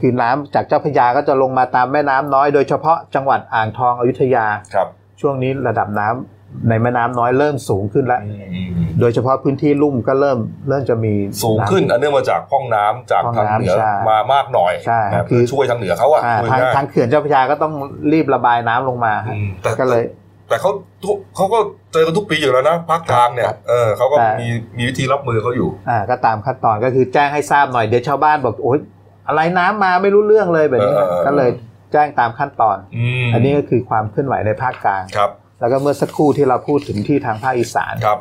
Speaker 2: คือน้ำจากเจ้าพระยาก็จะลงมาตามแม่น้ำน้อยโดยเฉพาะจังหวัดอ่างทองอยุธยา
Speaker 1: ครับ
Speaker 2: ช่วงนี้ระดับน้ำในแม่น้ำน้อยเริ่มสูงขึ้นแล้ว
Speaker 1: อืม
Speaker 2: โดยเฉพาะพื้นที่ลุ่มก็เริ่มเริ่มจะมี
Speaker 1: สูง
Speaker 2: ำ
Speaker 1: ขึ้นอันเนื่องมาจากห้องน้ำจาก
Speaker 2: ห้อง
Speaker 1: ทางเหนือ
Speaker 2: น้ำใช่
Speaker 1: มามากหน่อย
Speaker 2: ใช่
Speaker 1: นะ
Speaker 2: คือ
Speaker 1: เพื่อช่วยทางเหนือเขาอะ
Speaker 2: อ่า
Speaker 1: พูด
Speaker 2: ทาง
Speaker 1: ง่าย
Speaker 2: ทางเขื่อนเจ้าพระยาก็ต้องรีบระบายน้ำลงมา
Speaker 1: อืมแต่
Speaker 2: ก็เลย
Speaker 1: แต่เขาทุกเขาก็เจอกันทุกปีอยู่แล้วนะภาคกลางเนี่ยเออเขาก็
Speaker 2: แต่
Speaker 1: มีมีวิธีรับมือเขาอยู่
Speaker 2: อ่าก็ตามขั้นตอนก็คือแจ้งให้ทราบหน่อยเดี๋ยวชาวบ้านบอกโอ๊ยอะไรน้ำมาไม่รู้เรื่องเลยแบบนี้
Speaker 1: เออเออเออ
Speaker 2: ก็เลยแจ้งตามขั้นตอน
Speaker 1: อืม
Speaker 2: อันนี้ก็คือความเคลื่อนไหวในภาคกลาง
Speaker 1: ครับ
Speaker 2: แล้วก็เมื่อสักครู่ที่เราพูดถึงที่ทางภาคอีสาน
Speaker 1: ครับ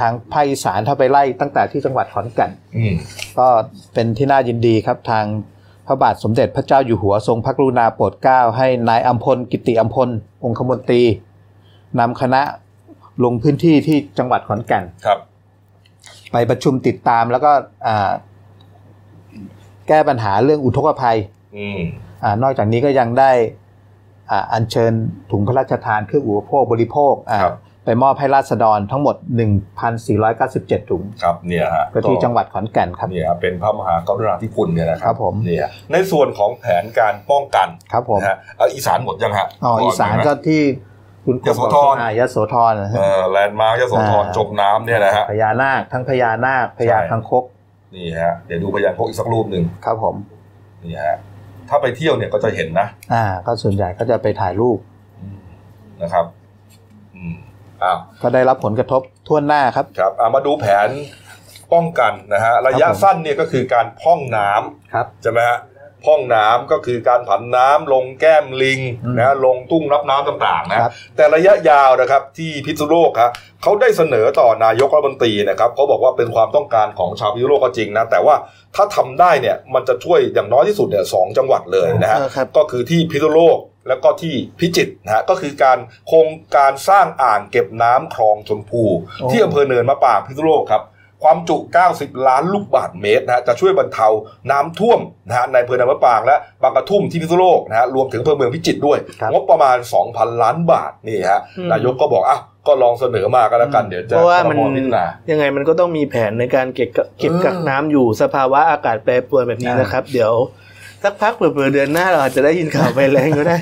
Speaker 2: ทางภาคอีสานถ้าไปไล่ตั้งแต่ที่จังหวัดขอนแก่น
Speaker 1: อืม
Speaker 2: ก็เป็นที่น่ายินดีครับทางพระบาทสมเด็จพระเจ้าอยู่หัวทรงพระกรุณาโปรดเกล้าให้นายอัมพลกิติอัมพล องคมนตรีนำคณะลงพื้นที่ที่จังหวัดขอนแก่น
Speaker 1: ครับ
Speaker 2: ไปประชุมติดตามแล้วก็อ่าแก้ปัญหาเรื่องอุทกภัย
Speaker 1: อืม
Speaker 2: อานอกจากนี้ก็ยังได้อ่าอัญเชิญถุงพระราชทานเครื่องอุปโภคบริโภคอ่า
Speaker 1: ครับ
Speaker 2: ไปมอบให้ราษฎรทั้งหมด 1,497 ถุง
Speaker 1: ครับเนี่ยฮะ
Speaker 2: ก็ที่จังหวัดขอนแก่นครับ
Speaker 1: เนี่ยเป็นพระมหากรุณาธิคุณเนี่ยนะค
Speaker 2: ครั
Speaker 1: รับบ
Speaker 2: ผม
Speaker 1: เนี่ยในส่วนของแผนการป้องกัน
Speaker 2: ครับผม
Speaker 1: นะฮะเอาอีสานหมดยังฮะ
Speaker 2: อ๋ออีสานก็
Speaker 1: ก่
Speaker 2: ที่คุณกบ
Speaker 1: ยโสธร
Speaker 2: บอกอ่ายโสธรนะ
Speaker 1: เอ
Speaker 2: ฮะ
Speaker 1: อแลนด์มาร์กยโสธรจมน้ำเนี่ยนะฮะ
Speaker 2: พญานาคทั้งพญานาคพญา
Speaker 1: ใช่
Speaker 2: คังคก
Speaker 1: นี่ฮะเดี๋ยวดูพยานพวกอีกสักรูปหนึ่ง
Speaker 2: ครับผม
Speaker 1: นี่ฮะถ้าไปเที่ยวเนี่ยก็จะเห็นนะ
Speaker 2: อ่าก็ส่วนใหญ่ก็จะไปถ่ายรูป
Speaker 1: นะครับอืมอ้าว
Speaker 2: ก็ได้รับผลกระทบทั่วหน้าครับ
Speaker 1: ครับเอามาดูแผนป้องกันนะฮะระยะ
Speaker 2: ครับผม
Speaker 1: สั้นเนี่ยก็คือการพร่องน้ำ
Speaker 2: ครับ
Speaker 1: ใช่ไหมฮะพ่องน้ำก็คือการผันน้ำลงแก้มลิง
Speaker 2: อืม
Speaker 1: นะลงตุ้งรับน้ำต่างๆนะครับ แต่ระยะยาวนะครับที่พิษณุโลกครับเขาได้เสนอต่อนายกรัฐมนตรีนะครับเขาบอกว่าเป็นความต้องการของชาวพิษณุโลกก็จริงนะแต่ว่าถ้าทำได้เนี่ยมันจะช่วยอย่างน้อยที่สุดเนี่ยสองจังหวัดเลยนะฮะ
Speaker 2: ครับ
Speaker 1: ก็คือที่พิษณุโลกแล้วก็ที่พิจิตรนะฮะก็คือการโครงการสร้างอ่างเก็บน้ำคลองชนพู
Speaker 2: โอ้
Speaker 1: ที่อำเภอเนินมะปรางพิษณุโลกครับ ความจุ 90 ล้านลูกบาทเมตรนะฮะจะช่วยบรรเทาน้ำท่วมนะฮะในอำเภอเนินมะปรางและบางกระทุ่มที่พิษณุโลกนะฮะรวมถึงอำเภอเมืองพิจิตรด้วย
Speaker 2: ครับ
Speaker 1: งบประมาณ 2,000 ล้านบาทนี่ฮะ
Speaker 3: อืม
Speaker 1: นายกก็บอกอ่ะก็ลองเสนอมาก็แล้วกันเดี๋ยวจะ
Speaker 3: เพราะว่ามัน
Speaker 1: คอพิจารณา
Speaker 3: ยังไงมันก็ต้องมีแผนในการเก็บกะเก็บกักน้ำอยู่สภาวะอากาศแปรปรวนแบบนี้
Speaker 2: อ่าน
Speaker 3: นะครับ เดี๋ยวสักพักเผื่อๆเดือนหน้าเราอาจจะได้ยินข่าวไปแรงก็ได้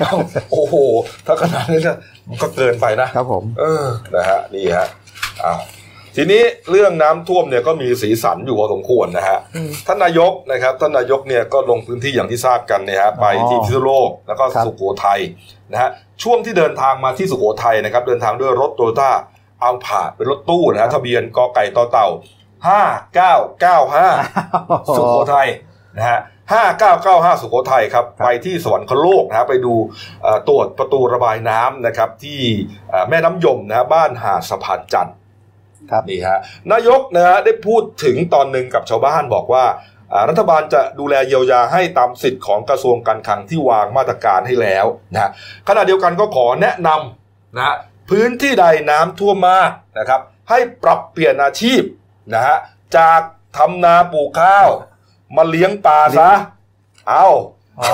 Speaker 1: โอ้โหถ้าขนาดนี้นก็เกินไปนะ
Speaker 2: ครับผม
Speaker 1: เออ นะฮะ นี่ฮะอ้าว ทีนี้เรื่องน้ำท่วมเนี่ยก็มีสีสันอยู่พอสมควรนะฮะท่านนายกนะครับท่านนายกเนี่ยก็ลงพื้นที่อย่างที่ทราบกันเนี่ยฮะไปที่พิษณุโลกแล้วก็
Speaker 2: ครับ
Speaker 1: สุโขทัยนะฮะช่วงที่เดินทางมาที่สุโขทัยนะครับเดินทางด้วยรถโตโยต้าอัลพาเป็นรถตู้นะฮะทะเบียนกไก่ต่อเต่าห้าเก้าเก้าห้า สุโขทัยนะฮะห้าเก้าเก้าห้าสุโขทัยครับ ไปที่สวรรคโลกนะฮะไปดูเอ่อตรวจประตูระบายน้ำนะครับ ที่เอ่อแม่น้ำยมนะฮะบ้านหาดสะพานจันทร์
Speaker 2: ครับ
Speaker 1: นี่ฮะนายกนะฮะได้พูดถึงตอนหนึ่งกับชาวบ้านบอกว่าอ่า รัฐบาลจะดูแลเยียวยาให้ตามสิทธิ์ของกระทรวงการคลังที่วางมาตรการให้แล้วนะฮะขณะเดียวกันก็ขอแนะนำนะฮะพื้นที่ใดน้ำท่วมมากนะครับ ให้ปรับเปลี่ยนอาชีพ นะฮะจากทำนาปลูกข้าว มาเลี้ยงปลาซะ เอา
Speaker 2: อ๋อ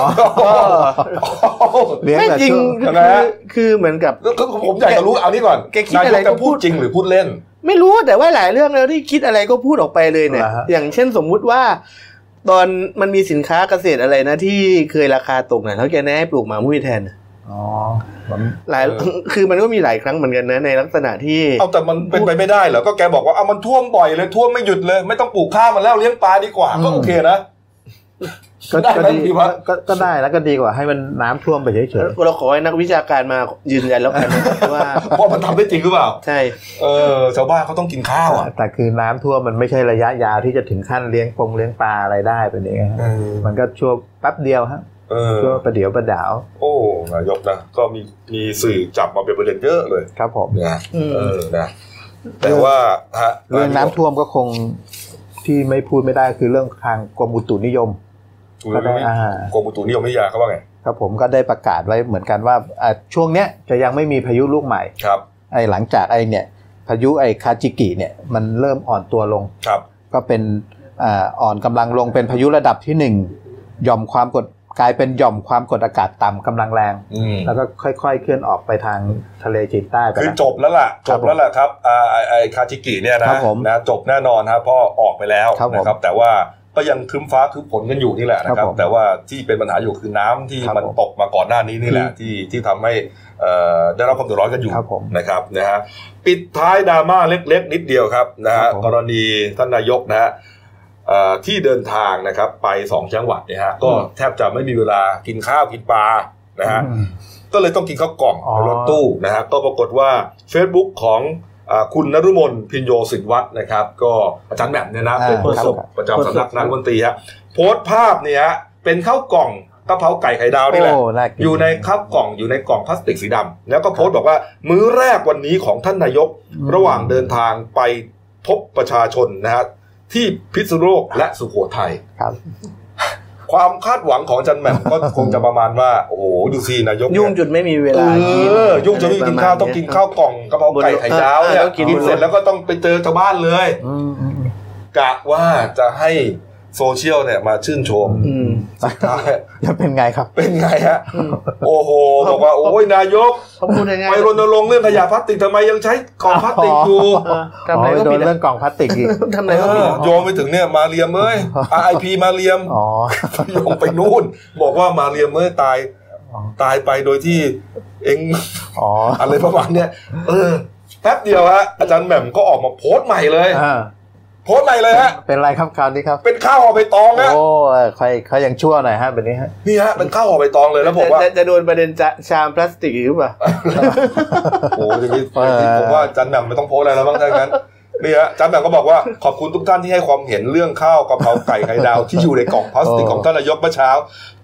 Speaker 3: ไม่
Speaker 2: เลี้ยงแต่
Speaker 3: จริง
Speaker 2: ช่วง
Speaker 3: คือคือเหมือนกับ
Speaker 1: แล้วก็ผมอยากจะรู้เอานี้ก่อน
Speaker 3: แกคิดอะไร
Speaker 1: นายก
Speaker 3: ก็
Speaker 1: จะ
Speaker 3: พู
Speaker 1: พู
Speaker 3: ด
Speaker 1: ดจริงหรือพูดเล่น
Speaker 3: ไม่รู้แต่ว่าหลายเรื่องแล้วที่คิดอะไรก็พูดออกไปเลยเนี่ย
Speaker 2: เหรอฮะ
Speaker 3: อย่างเช่นสมมุติว่า ตอนมันมีสินค้าเกษตรอะไรนะที่เคยราคาตกเนี่ยแล้วแกแนะให้ปลูกหมามุ้ยแทนน่ะ
Speaker 2: อ๋อ
Speaker 3: หลาย
Speaker 1: เออ
Speaker 3: คือมันก็มีหลายครั้งเหมือนกันนะในลักษณะที่
Speaker 1: เอาแต่มันเป็นไปไม่ได้เหรอก็แกบอกว่าเอามันท่วมบ่อยเลยท่วมไม่หยุดเลย ไม่ต้องปลูกข้าวมันแล้วเลี้ยงปลาดีกว่าก็โอเคนะ
Speaker 2: ก็
Speaker 1: ได้ไหม
Speaker 2: ก็ดี
Speaker 1: พี่วะ
Speaker 2: ก็ก็ได้แล้วก็ดีกว่าให้มันน้ำท่วมไปเฉย
Speaker 3: เราขอให้นักวิชาการมายืนยันแล้วกันนะ ว่า
Speaker 1: ว่ามันทำได้จริงหรือเปล่า
Speaker 3: ใช่
Speaker 1: เออชาวบ้านเขาต้องกินข้าวอ่ะ
Speaker 2: ๆแต่คือน้ำท่วมมันไม่ใช่ระยะยาวที่จะถึงขั้นเลี้ยงปงเลี้ยงปลาอะไรได้เป็นอย่างเงี้ยฮะ
Speaker 1: เออ
Speaker 2: มันก็ชั่วแป๊บเดียวฮะ
Speaker 1: เออ
Speaker 2: ชั่วประเดี๋ยวประดาว
Speaker 1: โอ้นายกนะก็มีมีสื่อจับมาเป็นประเด็นเยอะเลย
Speaker 2: ครับผม
Speaker 1: นะ
Speaker 3: อืม
Speaker 1: เออนะแต่ว่าฮะ
Speaker 2: เรื่องน้ำท่วมก็คงที่ไม่พูดไม่ได้คือเรื่องทางกรมอุตุนิยม ก็ได้อ่า
Speaker 1: กรมอุตุนิยมวิทยาเขาว่าไง
Speaker 2: ครับผมก็ได้ประกาศไว้เหมือนกันว่าอ่ะช่วงเนี้ยจะยังไม่มีพายุลูกใหม่
Speaker 1: ครับ
Speaker 2: ไอ้หลังจากไอ้เนี่ยพายุไอ้คาจิกิเนี่ยมันเริ่มอ่อนตัวลง
Speaker 1: ครับ
Speaker 2: ก็เป็นอ่าอ่อนกำลังลงเป็นพายุระดับที่หนึ่งหย่อมความกดกลายเป็นหย่อมความกดอากาศต่ำกำลังแรง
Speaker 1: อืม
Speaker 2: แล้วก็ค่อยๆ เคลื่อนออกไปทางทะเลจีนใต้ไป
Speaker 1: คือ
Speaker 2: นะ
Speaker 1: จบแล้วล่ะ
Speaker 2: ค
Speaker 1: จ
Speaker 2: รับบ
Speaker 1: แล้วล่ะครับอ่าไอไอคาจิกิเนี่ยนะครับ
Speaker 2: ผม
Speaker 1: นะจบแน่นอนครับเพราะออกไปแล้ว
Speaker 2: ครับผม
Speaker 1: นะครับแต่ว่าก็ยังครึ้มฟ้าครึ้มฝนกันอยู่นี่แหละนะค
Speaker 2: ครั
Speaker 1: รั
Speaker 2: บบ ผม
Speaker 1: แต่ว่าที่เป็นปัญหาอยู่คือน้ำที่
Speaker 2: ครับ
Speaker 1: มัน
Speaker 2: ผม
Speaker 1: ตกมาก่อนหน้านี้นี่แหละที่ที่ทำให้เอ่อได้รับความเดือดร้อนกันอยู่
Speaker 2: ครับผม
Speaker 1: นะครับนะฮะปิดท้ายดราม่าเล็กๆ นิดเดียวครับนะ
Speaker 2: ครั
Speaker 1: ฮะ
Speaker 2: บผม
Speaker 1: กรณีท่านนายกนะฮะ เอ่อที่เดินทางนะครับไปสองจังหวัดเนี่ยฮะก็แทบจะไม่มีเวลากินข้าวกินปลานะฮะ
Speaker 2: อืม
Speaker 1: ก็เลยต้องกินข้าวกล่อง
Speaker 2: อ๋อ
Speaker 1: ในรถตู้นะฮะก็ปรากฏว่า Facebook ของอ่าคุณนรุมนพินโยสินวัฒน์นะครับ ก็อาจารย์แหม่มเนี่ยนะเป็นโฆษกประจำสำนักนายกรัฐมนตรีฮะโพสต์ภาพเนี่ยฮะเป็นข้าวกล่องกะเพราไก่ไข่ดาวนี่แหละ
Speaker 2: โอ้น่ากิน
Speaker 1: อยู่ในข้าวกล่องอยู่ในกล่องพลาสติกสีดำแล้วก็โพสต์บอกว่า มื้อแรกวันนี้ของท่านนายก ระหว่างเดินทางไปพบประชาชนนะฮะที่พิษณุโลกและสุโขทัย
Speaker 2: ครับ
Speaker 1: ความคาดหวังของอาจันแหม่ม ก็คงจะประมาณว่า โอ้โห ดูสินายกเนี่
Speaker 3: ยุ่งจนไม่มีเว
Speaker 1: เอ
Speaker 3: ลากิน
Speaker 1: อยุ่งจนไม่กินข้าวต้องกินข้าวกล่องกะเพราไก่ไข่ดาวเนี่ย
Speaker 2: บนรถอ่าต้องกิน
Speaker 1: กินเสร็จแล้วก็ต้องไปเจอชาวบ้านเลย
Speaker 2: อืมอืมอืม
Speaker 1: กะว่าจะให้โซเชียลเนี่ยมาชื่นชม
Speaker 3: อืม
Speaker 2: จะเป็นไงครับ
Speaker 1: เป็นไงฮะ โอ้โห บอกว่า โอ้ยนายก
Speaker 3: เขาพูดง่าย
Speaker 1: ไปรณรงค์เรื่องขยะพลาสติกทำไมยังใช้ของพลาสติกอยู่
Speaker 3: ๆเออทำอะไรก็
Speaker 2: โด
Speaker 3: ผิ
Speaker 2: น
Speaker 3: ด
Speaker 2: เรื่
Speaker 3: อะ
Speaker 2: องกล่องพลาสติกอีก
Speaker 3: ทำอะไรก็
Speaker 1: เอ
Speaker 3: ผิด
Speaker 1: อ
Speaker 3: อะ
Speaker 1: โยงไปถึงเนี่ยมาเรียมเอ้ย RIP มาเรียม
Speaker 2: อ๋อ
Speaker 1: โยงไปนู่น บอกว่ามาเรียมเอ้ยตาย
Speaker 2: อ๋อ
Speaker 1: ตายไปโดยที่เอง
Speaker 2: อ๋อ
Speaker 1: อะไรประมาณเนี้ยเออแป๊บเดียวฮะอาจารย์แหม่มก็ออกมาโพสต์ใหม่เลย
Speaker 2: อ่า
Speaker 1: โพสต์ใหม่เลยฮะ
Speaker 2: เป็นไรครับคราวนี้ครับ
Speaker 1: เป็นข้าวห่อใบตองนะ
Speaker 2: โอ้ใครเขายังชั่วหน่อยฮะแบบนี้ฮะ
Speaker 1: นี่ฮะเป็นข้าวห่อใบตองเลยแล้วบอกว่า
Speaker 3: จะจะโดนประเด็นจะชามพลาสติกอีกหรือเปล่า
Speaker 1: โอ้โหอย่างนี้
Speaker 2: เออ
Speaker 1: ผมว่าอาจารย์แหม่มไม่ต้องโพสต์อะไรแล้วบ้างถ้างั้น นี่ฮะอาจารย์แหม่มก็บอกว่าขอบคุณทุกท่านที่ให้ความเห็นเรื่องข้าวกะเพราไก่ไข่ดาวที่อยู่ในกล่องพลาสติกของท่านนายกเมื่อเช้า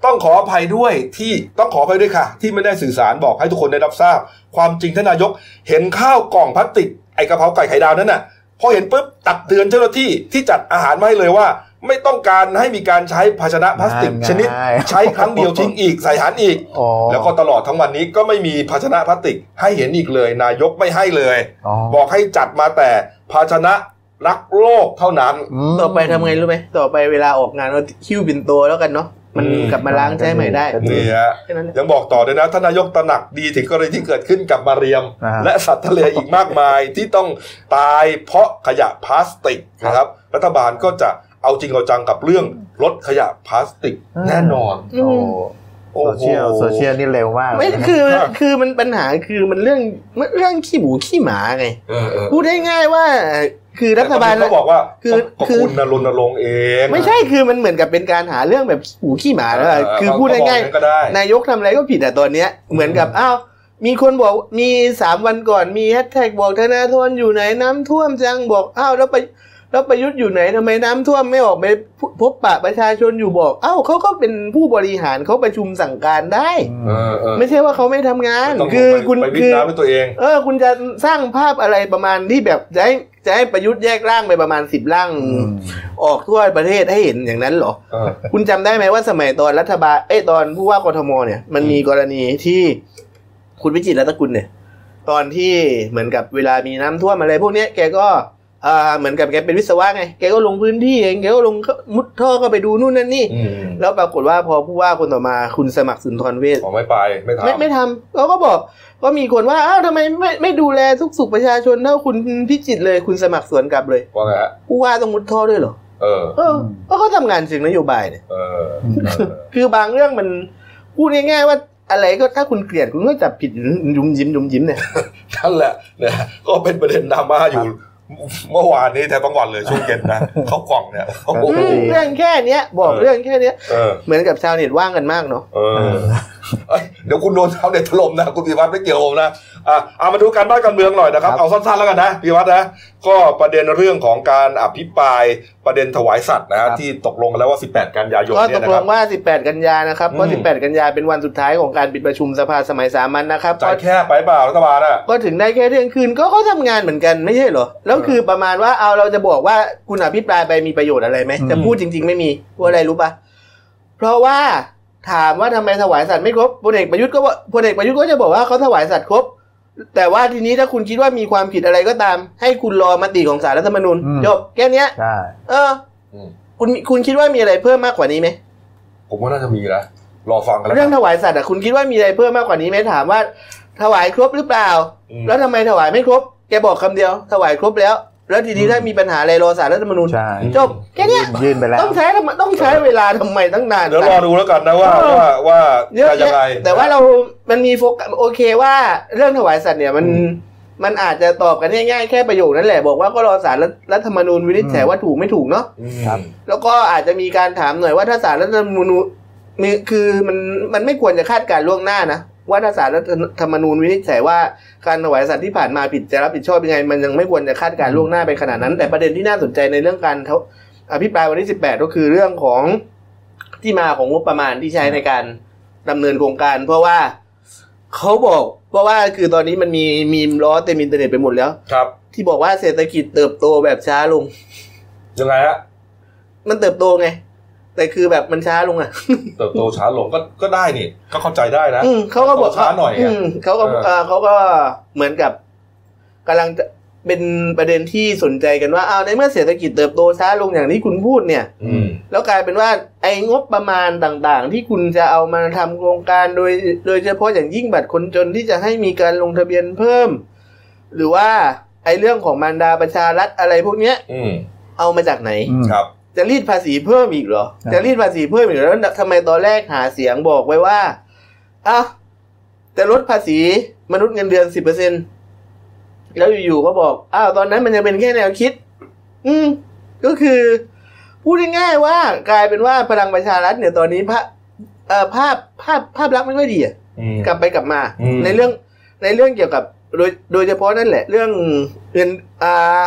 Speaker 1: ต้องขออภัยด้วยที่ต้องขออภัยด้วยค่ะ ที่ไม่ได้สื่อสารบอกให้ทุกคนได้รับทราบ ความจริงท่านนายก เห็นข้าวกล่องพลาสติกไอกระเพราไก่ไข่ดาวนั่นน่ะพอเห็นปุ๊บตักเตือนเจ้าหน้าที่ที่จัดอาหารมาให้เลยว่า ไม่ต้องการให้มีการใช้ภาชนะพลาสติก ชนิด
Speaker 2: ง่ายๆ
Speaker 1: ใช้ครั้งเดียวทิ้งอีกใส่อาหารอีก
Speaker 2: อ๋อ
Speaker 1: แล้วก็ตลอดทั้งวันนี้ก็ไม่มีภาชนะพลาสติกให้เห็นอีกเลย นายกไม่ให้เลย
Speaker 2: อ๋อ
Speaker 1: บอกให้จัดมาแต่ภาชนะรักโลกเท่านั้น
Speaker 2: ม
Speaker 3: ต่อไปทำไงรู้ไหม ต่อไปเวลาออกงานเราคิ้วบินโตแล้วกันเนาะ มัน
Speaker 1: อืม
Speaker 3: กลับมาล้างใช้ใหม่ได้
Speaker 2: อืม
Speaker 1: นี่ฮะ
Speaker 3: แค่นั้นแหละ
Speaker 1: ยังบอกต่อด้วยนะท่านนายกตระหนักดีถึงกรณีที่เกิดขึ้นกับมาเรียม
Speaker 2: อ่า
Speaker 1: และสัตว์ทะเลอีกมากมายที่ต้องตายเพราะขยะพลาสติกนะครับ รัฐบาลก็จะเอาจริงเอาจังกับเรื่องลดขยะพลาสติกแน่นอน
Speaker 2: โอ้
Speaker 1: โอ้โห
Speaker 2: โซเชียลโซเชียลนี่เร็วมาก
Speaker 3: ไม่
Speaker 2: เลยนะ
Speaker 3: คือ
Speaker 1: ครับ
Speaker 3: คือมันปัญหาคือมันเรื่องมันเรื่องขี้หมูขี้หมาไง
Speaker 1: เออเออ
Speaker 3: พูดได้ง่ายว่า คือรัฐบาล
Speaker 1: แต่ตอนนี้เขาบอกว่า
Speaker 3: คือ
Speaker 1: ก็
Speaker 3: คือ
Speaker 1: คุณนะรณรงค์เอง
Speaker 3: ไม่ใช่คือมันเหมือนกับเป็นการหาเรื่องแบบหูขี้หมาแล้วอะคือพูดง่าย
Speaker 1: ๆก็ได้
Speaker 3: ๆนายกทำอะไรก็ผิดอะตอนเนี้ยเหมือนกับอ้าวมีคนบอกมีสามวันก่อนมีแฮชแท็กบอกธนาธรอยู่ไหนน้ำท่วมจังบอกอ้าวแล้วไปแล้วประยุทธ์อยู่ไหนทำไมน้ำท่วมไม่ออกไปพบปะประชาชนอยู่บอกอ้าวเขาก็เป็นผู้บริหารเขาประชุมสั่งการได้
Speaker 1: เออเออ
Speaker 3: ไม่ใช่ว่าเขาไม่ทำงาน
Speaker 1: ต้อง
Speaker 3: คือ
Speaker 1: ไป
Speaker 3: คุณ
Speaker 1: ไปวิ
Speaker 3: คื
Speaker 1: ด
Speaker 3: อ
Speaker 1: น้ำด้วยตัวเอง
Speaker 3: เออคุณจะสร้างภาพอะไรประมาณที่แบบจะให้จะให้ประยุทธ์แยกร่างไปประมาณสิบร่าง ออกทั่วประเทศให้เห็นอย่างนั้นเหรอ
Speaker 1: เออ
Speaker 3: คุณจำได้ไหมว่าสมัยตอนรัฐบาลเอ้ยตอนผู้ว่ากทมเนี่ย มันมีกรณีที่คุณวิจิตรรัตนกุลเนี่ย ตอนที่เหมือนกับเวลามีน้ำท่วมอะไรพวกเนี้ยแกก็เอ่อเหมือนกับแกเป็นวิศวะไงแกก็ลงพื้นที่เองแกก็ลงมุดท่อก็ไปดูนู่นนั่นนี่
Speaker 1: อืม
Speaker 3: แล้วปรากฏว่าพอผู้ว่าคนต่อมาคุณสมัครสุนทรเวช
Speaker 1: อ๋อไม่ไปไม่ทำ
Speaker 3: ไม่ไม่ทำเขาก็บอกก็มีคนว่าอ้าวทำไมไม่ไม่ดูแลทุกสุขประชาชนเท่าคุณพิจิตรเลยคุณสมัครสวนกลับเลย
Speaker 1: ว่าไงฮะ
Speaker 3: ผู้ว่าต้องมุดท่อด้วยเหรอ
Speaker 1: เออ
Speaker 3: เออก็เขาทำงานเชิงนโยบายเนี่ย
Speaker 1: เออ
Speaker 3: คือบางเรื่องมันพูดง่ายๆว่าอะไรก็ถ้าคุณเกลียดคุณก็จับผิดอยู่ยุ่มยิ้มยุ่มยิ้มเนี่ย
Speaker 1: นั่นแหละเนี่ยก็เป็นประเด็นดราม่าอยู่เมื่อวานนี้แทบทั้งวันเลยช่วงเย็น นะ เขากล่องเนี่ยโอ้โห
Speaker 3: อืมเรื่องแค่เนี้ยบอก
Speaker 1: เออ
Speaker 3: เรื่องแค่เนี้ย
Speaker 1: เออ
Speaker 3: เหมือนกับชาวเน็ตว่างกันมากเนาะ
Speaker 1: เออเอ้ยเดี๋ยวคุณโดนชาวเน็ตถล่มนะ คุณพิวัตรไม่เกี่ยวผมนะอ่ะเอามาดูการบ้านการเมืองหน่อยนะครับ
Speaker 2: ครับ
Speaker 1: เอาสั้นๆแล้วกันนะพิวัตรนะก็ประเด็นเรื่องของการอภิปรายประเด็นถวายสัตว์นะฮะที่ตกลงกันแล้วว่า 18 กันยายน
Speaker 3: ก็
Speaker 1: เนี่
Speaker 3: ต
Speaker 1: ย
Speaker 3: ก
Speaker 1: นะ
Speaker 3: ล
Speaker 1: ครั
Speaker 3: ง
Speaker 1: บ
Speaker 3: ว่า 18 กันยานะครับก็
Speaker 1: อืม
Speaker 3: 18 กันยาเป็นวันสุดท้ายของการปิดประชุมสภาสมัยสามัญนะครับ
Speaker 1: จ่ายแค่ไปเปล่ารัฐบาลอ่ะ
Speaker 3: ก็ถึงได้แค่เที่ยงคืนก็เขาทำงานเหมือนกันไม่ใช่เหรอ แล้วคือประมาณว่าเอาเราจะบอกว่าคุณอภิปรายไปมีประโยชน์อะไรไหม
Speaker 2: อืม
Speaker 3: จะพูดจริง ๆ ไม่มีเพราะอะไรรู้ปะเพราะว่าถามว่าทำไมถวายสัตว์ไม่ครบพลเอกประยุทธ์ก็ว่าพลเอกประยุทธ์ก็จะบอกว่าเขาถวายสัตว์ครบ แต่ว่าทีนี้ถ้าคุณคิดว่ามีความผิดอะไรก็ตาม ให้คุณรอมติของศาลรัฐธรรมนูญจบแค่เนี้ย
Speaker 2: ใช่
Speaker 3: เอออ
Speaker 1: ม
Speaker 3: คุณคุณคิดว่ามีอะไรเพิ่มมากกว่านี้ไหม
Speaker 1: ผมว่าน่าจะมีนะ รอฟังกันแล้ว
Speaker 3: เรื่
Speaker 1: กั
Speaker 3: อน งถวายสัตว์อะคุณคิดว่ามีอะไรเพิ่มมากกว่านี้ไหมถามว่า ถวายครบหรือเปล่า
Speaker 1: อืม
Speaker 3: แล้วทำไมถวายไม่ครบ แกบอกคำเดียว ถวายครบแล้ว แล้วทีนี้ถ้ามีปัญหาอะไรรอสารรัฐธรรมนูญ
Speaker 2: ใช่
Speaker 3: จบแค่เนี้ย
Speaker 2: ยื่นไปแล้ว
Speaker 3: ต้องใช้ทำไมต้องใช้เวลาทำไมตั้งนาน
Speaker 1: เดี๋ยวรอดูแล้วกันนะว่า
Speaker 3: เออ
Speaker 1: ว่าว่า
Speaker 3: เยอะ
Speaker 1: จะยังไง
Speaker 3: แยะแต่ว่าเรา มันมีโฟกัสโอเคว่าเรื่องถวายสัตว์เนี่ยมันมันอาจจะตอบกันง่ายๆแค่ประโยคนั้นแหละบอกว่าก็รอสารรัฐธรรมนูญวินิจฉัย
Speaker 2: อืม
Speaker 3: ว่าถูกไม่ถูกเนาะ
Speaker 1: อืม
Speaker 2: ครับ
Speaker 3: แล้วก็อาจจะมีการถามหน่อยว่าถ้าสารรัฐธรรมนูญมีคือมันมันไม่ควรจะคาดการณ์ล่วงหน้านะ ว่าถ้าสารรัฐธรรมนูญวินิจฉัยว่าการถวายสัตว์ที่ผ่านมาผิดจะรับผิดชอบยังไง มันยังไม่ควรจะคาดการณ์ล่วงหน้าไปขนาดนั้น แต่ประเด็นที่น่าสนใจในเรื่องการเขาอภิปรายวันที่ 18 ก็คือเรื่องของที่มาของงบประมาณที่ใช้ในการดำเนินโครงการ เพราะว่าเขาบอกเพราะว่าคือตอนนี้มันมีมีมล้อเต็มอินเทอร์เน็ตไปหมดแล้ว
Speaker 1: ครับ
Speaker 3: ที่บอกว่าเศรษฐกิจเติบโตแบบช้าลง
Speaker 1: ยังไงฮะ
Speaker 3: มันเติบโตไง แต่คือแบบมันช้าลงอ่ะ
Speaker 1: เติบโตช้าลงก็ก็ได้นี่ ก็เข้าใจได้นะ
Speaker 3: อืมเขาก็บอก
Speaker 1: ช้าหน่อยอะ
Speaker 3: มเขาก็
Speaker 1: เออ
Speaker 3: เอ่อเขาก็เหมือนกับกำลังจะเป็นประเด็นที่สนใจกันว่าอ้าวในเมื่อเศรษฐกิจเติบโตช้าลงอย่างที่คุณพูดเนี่ย
Speaker 1: อืม
Speaker 3: แล้วกลายเป็นว่าไอ้งบประมาณต่างๆ ที่คุณจะเอามาทำโครงการโดย โดยเฉพาะอย่างยิ่งบัตรคนจนที่จะให้มีการลงทะเบียนเพิ่ม หรือว่าไอ้เรื่องของมารดาประชารัฐอะไรพวกเนี้ย
Speaker 1: อืม
Speaker 3: เอามาจากไหน
Speaker 2: อืม
Speaker 1: ครับ
Speaker 3: จะรีดภาษีเพิ่มอีกเหรอ
Speaker 2: ครับ
Speaker 3: จะรีดภาษีเพิ่มอีกเหรอแล้วทำไมตอนแรกหาเสียงบอกไว้ว่าอ่ะจะลดภาษีมนุษย์เงินเดือนสิบเปอร์เซ็นแล้วอยู่ๆก็บอก อ้าว ตอนนั้นมันยังเป็นแค่แนวคิด อืม ก็คือ พูดง่ายๆว่ากลายเป็นว่าพลังประชารัฐเนี่ยตอนนี้ภาพเอ่อภาพภาพภาพลักษณ์ไม่ค่อยดีอะ
Speaker 1: อืม
Speaker 3: กลับไปกลับมา
Speaker 1: อืม
Speaker 3: ในเรื่องในเรื่องเกี่ยวกับโดยโดยเฉพาะนั่นแหละ เรื่องเงินอ่า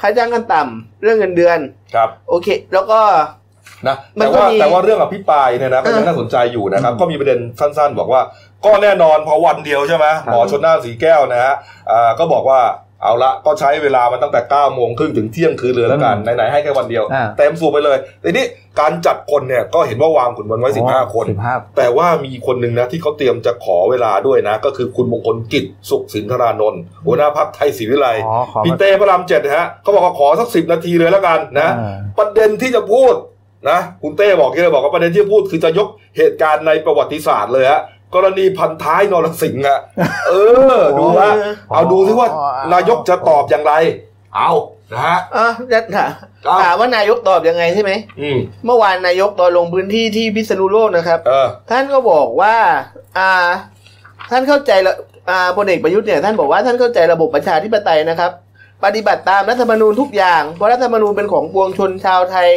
Speaker 3: ค่าจ้างกันต่ำเรื่องเงินเดือน
Speaker 1: ครับ
Speaker 3: โอเค แล้วก็
Speaker 1: นะ
Speaker 3: มัน
Speaker 1: แต่
Speaker 3: ก็
Speaker 1: ว่า
Speaker 3: มี
Speaker 1: แต่ว่าเรื่องอภิปรายเนี่ยนะก็ยังน่าสนใจอยู่นะครับ ก็มีประเด็นสั้นๆ บอกว่า ก็แน่นอนพอวันเดียวใช่ไหมหมอชนน่านสีแก้วนะฮะอ่าก็บอกว่าเอาละก็ใช้เวลามาตั้งแต่9ก้าโมงครึ่งถึงเที่ยงคืนเลยแล้วกัน ไหนๆให้แค่วันเดียว
Speaker 2: อ่า
Speaker 1: เต็มสูบไปเลยทีนี้การจัดคนเนี่ยก็เห็นว่าวางขุนพลไว้ 15 คน
Speaker 2: สิบห้า
Speaker 1: แต่ว่ามีคนหนึ่งนะที่เขาเตรียมจะขอเวลาด้วยนะ ก็คือคุณมงคลกิจสุขสินธารานนท์หัวหน้าพักไทยศรีวิไล
Speaker 2: อ๋อขอมา
Speaker 1: พี่เต้พระรามเจ็ดนะฮะเขาบอกว่าขอสักสิบนาทีเลยแล้วกันนะ
Speaker 2: อ่า
Speaker 1: ประเด็นที่จะพูดนะคุณเต้บอกที่เลยบอกว่าประเด็นที่จะพูดคือจะยกเหตุการณ์ในประวัติศาสตร์เลยฮะกรณีพันท้ายนรสิงห์อะเออ ดูว่า
Speaker 3: เออ
Speaker 1: เอาดูซิว่า
Speaker 2: อ๋อ
Speaker 1: นายกจะตอบอย่างไร เอานะฮะ
Speaker 3: อ่ะจะถาม
Speaker 1: ครับ
Speaker 3: ถามว่านายกตอบยังไงใช่ไหม
Speaker 1: อืม
Speaker 3: เมื่อวานนายกตอนลงพื้นที่ที่พิษณุโลกนะครับ
Speaker 1: เออ
Speaker 3: ท่านก็บอกว่า อ่า ท่านเข้าใจละอ่าพลเอกประยุทธ์เนี่ย ท่านบอกว่าท่านเข้าใจระบบประชาธิปไตยนะครับ ปฏิบัติตามรัฐธรรมนูญทุกอย่าง เพราะรัฐธรรมนูญเป็นของปวงชนชาวไทย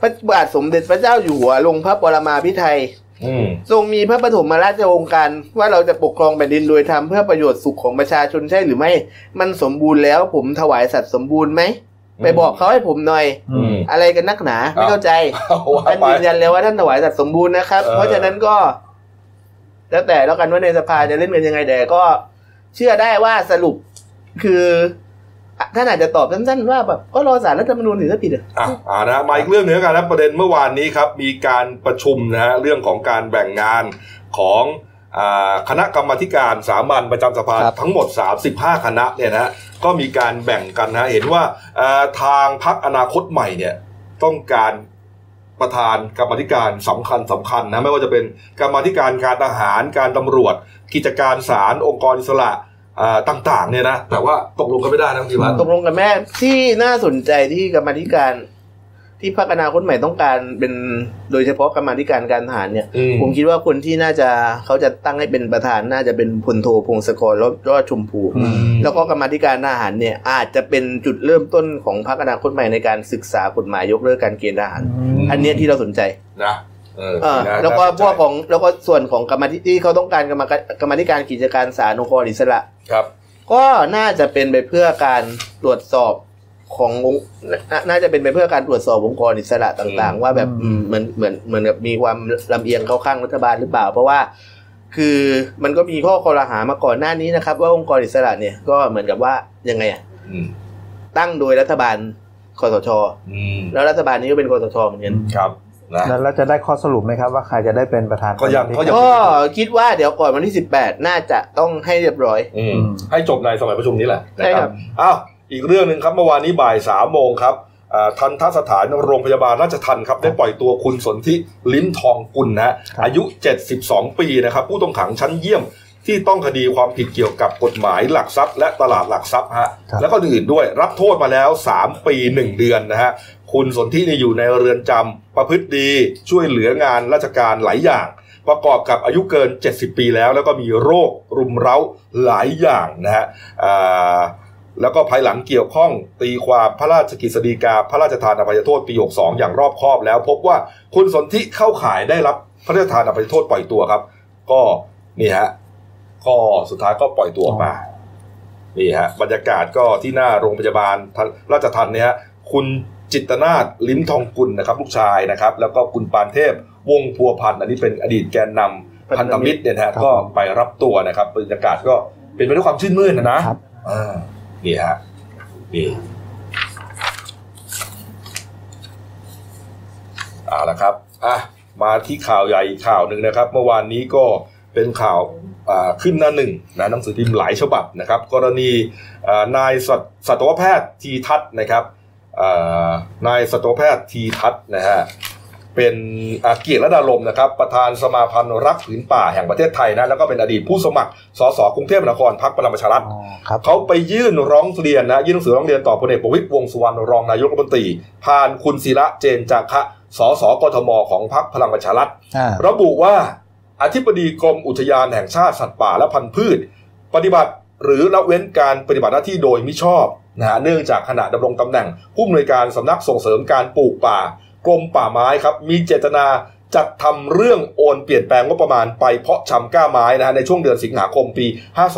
Speaker 3: พระบาทสมเด็จพระเจ้าอยู่หัวลงพระปรมาภิไธย
Speaker 1: อืม
Speaker 3: ทรงมีพระปฐมราชโองการว่าเราจะปกครองแผ่นดินโดยธรรมเพื่อประโยชน์สุขของประชาชนใช่หรือไม่ มันสมบูรณ์แล้วผมถวายสัตว์สมบูรณ์ไหม ไปบอกเขาให้ผมหน่อย
Speaker 1: อืม
Speaker 3: อะไรกันนักหนา ไม่เข้าใจ
Speaker 1: เอาว่า
Speaker 3: ท่าน
Speaker 1: ไป
Speaker 3: ยืนยันแล้วว่าท่านถวายสัตว์สมบูรณ์นะครับ
Speaker 1: เออ
Speaker 3: เพราะฉะนั้นก็ แล้วแต่แล้วกันว่าในสภาจะเล่นกันยังไงแต่ก็ เชื่อได้ว่าสรุปคืออ่ะท่านอาจจะตอบสั้นๆว่าแบบก็รอสารรัฐธรรมนูญถึงจะผิดอะ
Speaker 1: อ่ะอ่านะมาอีกเรื่องหนึ่งแล้วกันนะประเด็นเมื่อวานนี้ครับมีการประชุมนะฮะเรื่องของการแบ่งงานของอ่าคณะกรรมาธิการสามัญประจำสภา
Speaker 2: ครับ
Speaker 1: ทั้งหมด 35 คณะเนี่ยนะฮะก็มีการแบ่งกันนะฮะเห็นว่าอ่าทางพักอนาคตใหม่เนี่ยต้องการประธานกรรมาธิการสำคัญสำคัญนะไม่ว่าจะเป็นกรรมาธิการการทหารการตำรวจ กิจการศาลองค์กรอิสระอ่าต่างๆเนี่ยนะแต่ว่าตกลงกันไม่ได้นะคุณธีรัตน์
Speaker 3: ตกลงกันแม่ที่น่าสนใจที่กรรมาธิการ ที่พักอนาคตใหม่ต้องการเป็นโดยเฉพาะกรรมาธิการการทหารเนี่ย
Speaker 1: อืม
Speaker 3: ผมคิดว่าคนที่น่าจะเขาจะตั้งให้เป็นประธานน่าจะเป็นพลโทพงศกรรอดรอดชมพู
Speaker 2: อืม
Speaker 3: แล้วก็กรรมาธิการทหารเนี่ย อาจจะเป็นจุดเริ่มต้นของพักอนาคตใหม่ในการศึกษากฎหมายยกเลิกการเกณฑ์ทหาร
Speaker 1: อืม
Speaker 3: อันเนี้ยที่เราสนใจ
Speaker 1: นะเออ
Speaker 3: เออ
Speaker 1: นะ
Speaker 3: แล้วก็
Speaker 1: น่าสนใจ
Speaker 3: พวกของแล้วก็ส่วนของกรรมาธิที่เขาต้องการกรรมการกรรมาธิการกิจการสารองค์กรอิสระ
Speaker 1: ครับ
Speaker 3: ก็น่าจะเป็นไปเพื่อการตรวจสอบขององค์นาน่าจะเป็นไปเพื่อการตรวจสอบองค์กรอิสระต่าง
Speaker 1: อืม
Speaker 3: ๆ ว่าแบบ
Speaker 2: อืม
Speaker 3: เหมือนเหมือนเหมือนกับมีความลำเอียงเข้าข้างรัฐบาลหรือเปล่า เพราะว่าคือมันก็มีข้อคอรหามาก่อนหน้านี้นะครับ ว่าองค์กรอิสระเนี่ยก็เหมือนกับว่ายังไงอะ
Speaker 1: อืม
Speaker 3: ตั้งโดยรัฐบาลคอสช
Speaker 1: อืม
Speaker 3: แล้วรัฐบาลนี้ก็เป็นคอสชเหมือนกัน
Speaker 1: ครับนะ
Speaker 2: แล้วเราจะได้ข้อสรุปไหมครับว่าใครจะได้เป็นประธาน
Speaker 1: ก็ยังก็ยัง
Speaker 3: ก็คิดว่าเดี๋ยวก่อนวันที่ 18 น่าจะต้องให้เรียบร้อย
Speaker 1: อืมให้จบในสมัยประชุมนี้แหละนะ
Speaker 3: ใช่ครับ
Speaker 1: อ้าวอีกเรื่องหนึ่งครับเมื่อวานนี้บ่ายสามโมงครับอ่าทันทสถานโรงพยาบาลราชทันครับได้ปล่อยตัวคุณสนธิลิ้มทองกุลนะฮะ
Speaker 2: ครับ
Speaker 1: อายุ 72 ปีนะครับ ผู้ต้องขังชั้นเยี่ยมที่ต้องคดีความผิดเกี่ยวกับกฎหมายหลักทรัพย์ และตลาดหลักทรัพย์ฮะ
Speaker 2: ครับ
Speaker 1: แล้วก็อื่นๆด้วยรับโทษมาแล้ว 3 ปี 1 เดือนนะฮะ คุณสนธิเนี่ยอยู่ในเรือนจำประพฤติดีช่วยเหลืองานราชการหลายอย่าง ประกอบกับอายุเกิน 70 ปีแล้ว แล้วก็มีโรครุมเร้าหลายอย่างนะฮะอ่าแล้วก็ภายหลังเกี่ยวข้องตีความพระราชกฤษฎีกา พระราชทานอภัยโทษปี 62 อย่างรอบคอบแล้ว พบว่าคุณสนธิเข้าข่ายได้รับพระราชทานอภัยโทษปล่อยตัวครับ ก็นี่ฮะก็สุดท้ายก็ปล่อยตัวออกมา นี่ฮะบรรยากาศก็ที่หน้าโรงพยาบาลทันราชทันเนี่ยฮะคุณจิตรนาถลิ้มทองกุลนะครับ ลูกชายนะครับ แล้วก็คุณปานเทพ วงศ์พัวพันธ์อันนี้เป็นอดีตแกนนำพันธมิตรเนี่ยนะฮะ
Speaker 2: ครับ
Speaker 1: ก็ไปรับตัวนะครับบรรยากาศก็เป็นไปด้วยความชื่นมื่นนะนะครับ อ่านี่ฮะนี่เอาละครับอ่ะมาที่ข่าวใหญ่อีกข่าวหนึ่งนะครับ เมื่อวานนี้ก็เป็นข่าว อ่าขึ้นหน้าหนึ่งนะหนังสือพิมพ์หลายฉบับนะครับ กรณีอ่านายสัตสัตวแพทย์ทีทัศน์นะครับอ่านายสัตวแพทย์ทีทัศน์นะฮะเป็นอาเกียรติระดาลมนะครับ ประธานสมาพันธ์รักผืนป่าแห่งประเทศไทยนะแล้วก็เป็นอดีตผู้สมัครสสกรุงเทพมหานครพรรคพลังประชารัฐ
Speaker 2: อ๋อครับ
Speaker 1: เขาไปยื่นร้องเรียนนะยื่นหนังสือร้องเรียนต่อพลเอกประวิตยวงษ์สุวรรณรองนายกรัฐมนตรีผ่านคุณศิระเจนจาคะสสกทมของพรรคพลังประชารัฐ
Speaker 2: อ่า
Speaker 1: ระบุว่าอธิบดีกรมอุทยานแห่งชาติสัตว์ป่าและพันธุ์พืช ปฏิบัติหรือละเว้นการปฏิบัติหน้าที่โดยมิชอบนะฮะเนื่องจากขณะดำรงตำแหน่ง ผู้อำนวยการสำนักส่งเสริมการปลูกป่า กรมป่าไม้ครับ มีเจตนาจัดทำเรื่องโอนเปลี่ยนแปลงงบประมาณไปเพาะชำกล้าไม้นะฮะในช่วงเดือนสิงหาคมปี 52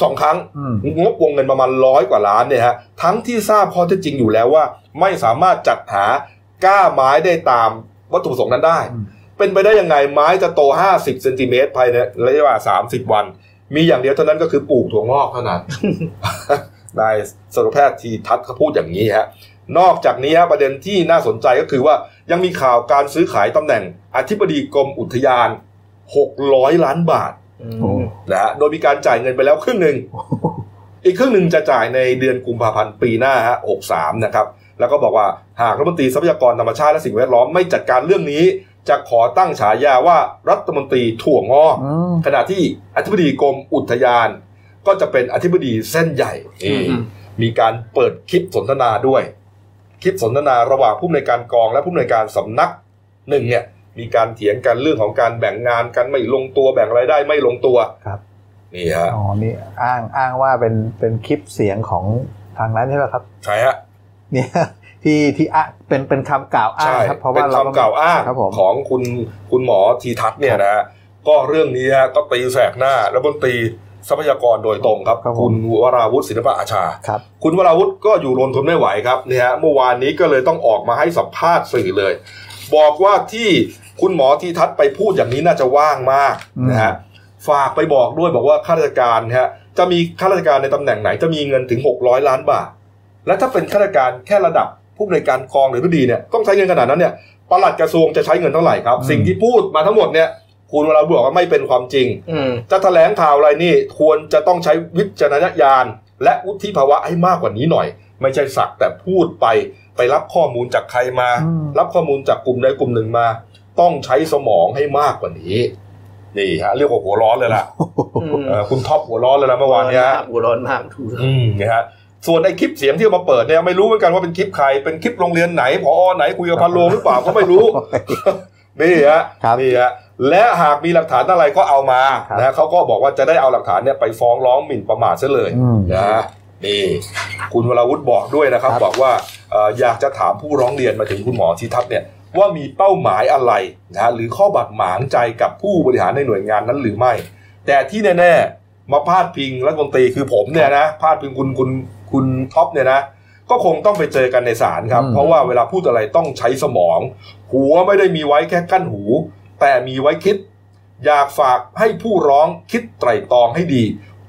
Speaker 1: สองครั้ง
Speaker 2: อืม
Speaker 1: งบวงเงินประมาณร้อยกว่าล้านเนี่ยฮะทั้งที่ทราบข้อเท็จจริงอยู่แล้วว่า ไม่สามารถจัดหาก้าไม้ได้ตามวัตถุประสงค์นั้นได้
Speaker 2: อืม
Speaker 1: เป็นไปได้ยังไงไม้จะโต 50เซนติเมตรภายในระยะเวลา30 วัน มีอย่างเดียวเท่านั้นก็คือปลูกถั่วงอกเท่า นั้น นายสัตวแพทย์ทีทัศน์เขาพูดอย่างนี้ฮะ นอกจากนี้ฮะประเด็นที่น่าสนใจก็คือว่ายังมีข่าวการซื้อขายตำแหน่งอธิบดีกรมอุทยาน 600 ล้านบาท
Speaker 2: โอ้
Speaker 1: นะฮะโดยมีการจ่ายเงินไปแล้วครึ่งหนึ่ง อีกครึ่งหนึ่งจะจ่ายในเดือนกุมภาพันธ์ปีหน้าฮะหกสามนะครับ แล้วก็บอกว่าหากรัฐมนตรีทรัพยากรธรรมชาติและสิ่งแวดล้อมไม่จัดการเรื่องนี้ จะขอตั้งฉายาว่ารัฐมนตรีถั่วงอก
Speaker 2: อืม
Speaker 1: ขณะที่อธิบดีกรมอุทยาน ก็จะเป็นอธิบดีเส้นใหญ่
Speaker 3: อืม
Speaker 1: มีการเปิดคลิปสนทนาด้วย คลิปสนทนาระหว่างผู้อำนวยการกองและผู้อำนวยการสำนักหนึ่งเนี่ยมีการเถียงกันเรื่องของการแบ่งงานกันไม่ลงตัวแบ่งรายได้ไม่ลงตัว
Speaker 2: ครับ
Speaker 1: นี่ฮะ
Speaker 2: อ๋อ นี่อ้างอ้างว่าเป็นเป็นคลิปเสียงของ ทางนั้นใช่ไหมครับ
Speaker 1: ใช่ฮะ
Speaker 2: เนี่ย ที่ที่อะเป็นเป็นคำกล่าวอ้าง
Speaker 1: ใช่
Speaker 2: ครับ เพราะ
Speaker 1: เป็
Speaker 2: ว่าน เราก็
Speaker 1: คำกล่าวอ้าง
Speaker 2: ครับผม
Speaker 1: ของคุณคุณหมอทีทัศน์เนี่ยนะฮะก็เรื่องนี้ฮะก็ตีแสกหน้ารัฐมนตรีทรัพยากรโดยตรงครับ คุณวราวุฒิศิลปะอาชา
Speaker 2: ครับ
Speaker 1: คุณวราวุฒิก็อยู่รนทนไม่ไหวครับเนี่ยฮะเมื่อวานนี้ก็เลยต้องออกมาให้สัมภาษณ์สื่อเลย บอกว่าที่คุณหมอทีทัศน์ไปพูดอย่างนี้น่าจะว่างมาก
Speaker 2: อืม
Speaker 1: นะฮะฝากไปบอกด้วยบอกว่าข้าราชการนะฮะจะมีข้าราชการในตำแหน่งไหนจะมีเงินถึง 600 ล้านบาท และถ้าเป็นข้าราชการแค่ระดับผู้บริการกองหรือผู้ดีเนี่ยต้องใช้เงินขนาดนั้นเนี่ยปลัดกระทรวงจะใช้เงินเท่าไหร่ครับ สิ่งที่พูดมาทั้งหมดเนี่ยคุณวราวุฒิบอกว่าไม่เป็นความจริง
Speaker 3: อืม
Speaker 1: จะแถลงข่าวอะไรนี่ควรจะต้องใช้วิจารณญาณ และวุฒิภาวะให้มากกว่านี้หน่อย ไม่ใช่สักแต่พูดไปไปรับข้อมูลจากใครมา
Speaker 2: อืม
Speaker 1: รับข้อมูลจากกลุ่มใดกลุ่มหนึ่งมา ต้องใช้สมองให้มากกว่านี้นี่ฮะเรียกว่าหัวร้อนเลยล่ะ
Speaker 3: อืม
Speaker 1: เออคุณท็อปหัวร้อนเลยล่ะเมื่อวานเนี้ย
Speaker 3: ร้อมกกูร้อนมากถูก
Speaker 1: อืมนะฮะส่วนไอ้คลิปเสียงที่เอามาเปิดเนี่ยไม่รู้เหมือนกันว่าเป็นคลิปใครเป็นคลิปโรงเรียนไหนพอไหนคุยกับพันโรงหรือเปล่าก็ไม่รู้ นี่ฮะ
Speaker 2: ครับ
Speaker 1: นี่ฮะและหากมีหลักฐานอะไรก็เอามา
Speaker 2: ครับ
Speaker 1: นะเขาก็บอกว่าจะได้เอาหลักฐานเนี่ยไปฟ้องร้องหมิ่นประมาทซะเลย
Speaker 2: อืม
Speaker 1: นะนี่คุณวราวุฒิบอกด้วยนะครับ
Speaker 2: ครับ
Speaker 1: บอกว่าเอ่ออยากจะถามผู้ร้องเรียนมาถึงคุณหมอทิทัศน์เนี่ยว่ามีเป้าหมายอะไรนะหรือข้อบาดหมางใจกับผู้บริหารในหน่วยงานนั้นหรือไม่ แต่ที่แน่ๆมาพาดพิงรัฐมนตรีคือผมเนี่ยนะพาดพิงคุณคุณคุณท็อปเนี่ยนะ ก็คงต้องไปเจอกันในศาลครับ
Speaker 2: อืม
Speaker 1: เพราะว่าเวลาพูดอะไรต้องใช้สมอง หัวไม่ได้มีไว้แค่กั้นหู แต่มีไว้คิด อยากฝากให้ผู้ร้องคิดไตร่ตรองให้ดี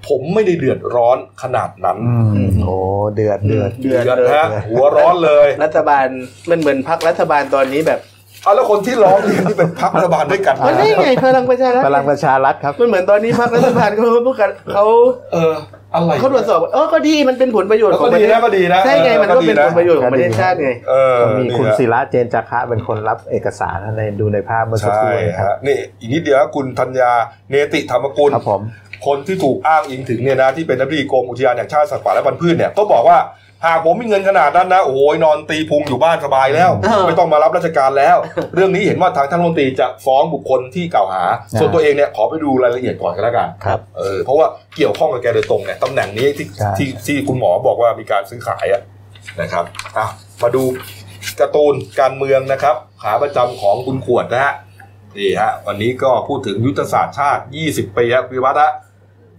Speaker 1: ผมไม่ได้เดือดร้อนขนาดนั้น
Speaker 2: อืมโอ้เดือดเดือด
Speaker 3: เดือดเล
Speaker 1: นะ
Speaker 3: ย
Speaker 1: ฮะหัวร้อนเลย
Speaker 3: รัฐบาลมันเหมือนพักรัฐบาลตอนนี้แบบ
Speaker 1: เอาแล้วคนที่ร้องเรียนที่เป็นพรรครัฐบาลด้วยกัน
Speaker 2: อ่า
Speaker 3: มันได้ไงพลังประชารัฐ
Speaker 2: พลังประชารัฐครับ
Speaker 3: มันเหมือนตอนนี้พักรัฐบาลเขาพูดกันเขา
Speaker 1: เอออะไร
Speaker 3: เขาตรวจสอบว่าเออก็ดีมันเป็นผลประโยชน์
Speaker 1: แล้ว
Speaker 3: ขอ
Speaker 1: ก็
Speaker 3: งป
Speaker 1: ดี
Speaker 3: ระเทศ
Speaker 1: นะก็ดีนะ
Speaker 3: ใช่ไงมันก็เป็นผลประโยชน์ของ
Speaker 2: ก็
Speaker 3: ป
Speaker 2: ดีนะ
Speaker 3: ระเทศชาติไง
Speaker 1: เออ
Speaker 2: มีคุณ
Speaker 1: นี่ฮะ
Speaker 2: ศิระเจนจาคะเป็นคนรับเอกสารในดูในภาพเมื่อสักค
Speaker 1: ใช่
Speaker 2: รู่นะครับ
Speaker 1: ฮะนี่อีกนิดเดียวคุณธัญญาเนติธรรมกุล
Speaker 2: ครับผม
Speaker 1: คนที่ถูกอ้างอิงถึงเนี่ยนะที่เป็นอธิบดีกรมอุทยานแห่งชาติสัตว์ป่าและพันธุ์พืชเนี่ยก็บอกว่าหากผมมีเงินขนาดนั้นนะโอ้ยนอนตีพุงอยู่บ้านสบายแล้ว
Speaker 3: เออ
Speaker 1: ไม่ต้องมารับราชการแล้ว เรื่องนี้เห็นว่าทางท่านรัฐมนตรีจะฟ้องบุคคลที่กล่าวหา
Speaker 2: อ่า
Speaker 1: ส่วนตัวเองเนี่ยขอไปดูรายละเอียดก่อนก็แล้วกัน
Speaker 2: ครับ
Speaker 1: เออเพราะว่าเกี่ยวข้องกับแกโดยตรงเนี่ยตำแหน่งนี้ที่
Speaker 2: ใช่
Speaker 1: ที่ที่คุณหมอบอกว่ามีการซื้อขายอะนะครับอ่ะมาดูการ์ตูนการเมืองนะครับ ขาประจำของคุณขวดนะฮะ นี่ฮะวันนี้ก็พูดถึงยุทธศาสตร์ชาติ 20 ปีครับวิวัฒน์ฮะ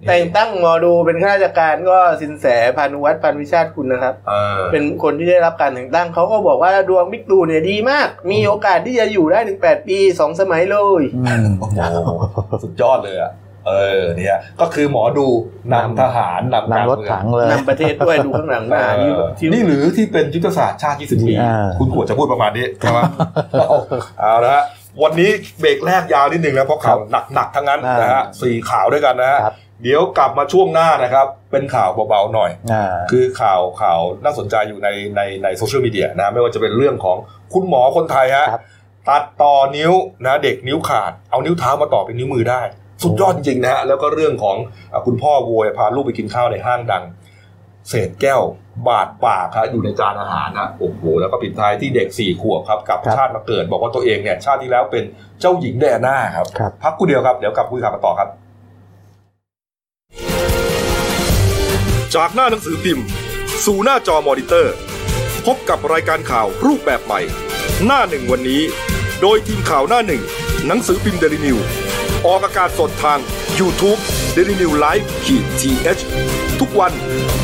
Speaker 3: แต่งตั้งหมอดูเป็นข้าราชการก็สินแสพานุวัฒน์ปานวิชาติคุณนะครับ
Speaker 1: เออ
Speaker 3: เป็นคนที่ได้รับการแต่งตั้งเขาก็บอกว่าดวงบิ๊กตู่เนี่ยดีมาก มีโอกาสที่จะอยู่ได้ถึงแปดปีสองสมัยเลย
Speaker 2: อืม
Speaker 1: โอ้โหสุดยอดเลยอ่ะเออเนี่ยก็คือหมอดูนำทหารนำการ
Speaker 2: นำรถ
Speaker 1: เมือ
Speaker 2: ถั
Speaker 1: ง
Speaker 2: งเลย
Speaker 3: นำประเทศด้วยดูข้างหลัง
Speaker 1: เอ
Speaker 3: มาที่
Speaker 1: อ
Speaker 3: ที่
Speaker 1: นี่หรือที่เป็นยุทธศาสตร์ชาติ 20 ปี
Speaker 2: อ่า
Speaker 1: คุณขวดจะพูดประมาณนี้ใช่ไหมเอาเอาละฮะวันนี้เบรกแรกยาวนิดนึงนะเพราะข่าวหนักๆทั้งนั้นนะฮะสี่ข่าวด้วยกันนะฮะ
Speaker 2: ครับ
Speaker 1: เดี๋ยวกลับมาช่วงหน้านะครับ เป็นข่าวเบาๆหน่อย
Speaker 2: อ่า
Speaker 1: คือข่าวข่าวน่าสนใจอยู่ในในในโซเชียลมีเดียนะไม่ว่าจะเป็นเรื่องของคุณหมอคนไทยฮะ
Speaker 2: ครับ
Speaker 1: ตัดต่อนิ้วนะเด็กนิ้วขาด เอานิ้วเท้ามาต่อเป็นนิ้วมือได้ สุดยอดจริงๆนะฮะแล้วก็เรื่องของอ่ะคุณพ่อโวยพาลูกไปกินข้าวในห้างดัง เศษแก้วบาดปากครับอยู่ในจานอาหารนะโอ้โหแล้วก็ปิดท้ายที่เด็กสี่ขวบครับกลับ
Speaker 2: ครับ
Speaker 1: ชาติมาเกิด บอกว่าตัวเองเนี่ยชาติที่แล้วเป็นเจ้าหญิงแดอาน่าครับ
Speaker 2: ครับ
Speaker 1: พักกูเดียวครับ เดี๋ยวกลับคุยข่าวกันต่อครับ จากหน้าหนังสือพิมพ์ สู่หน้าจอมอนิเตอร์ พบกับรายการข่าวรูปแบบใหม่ หน้าหนึ่งวันนี้ โดยทีมข่าวหน้าหนึ่ง หนังสือพิมพ์เดลิวิวออกอากาศสดทาง y o u t u เด d ิวิวไลฟ์ขีดทีเทุกวัน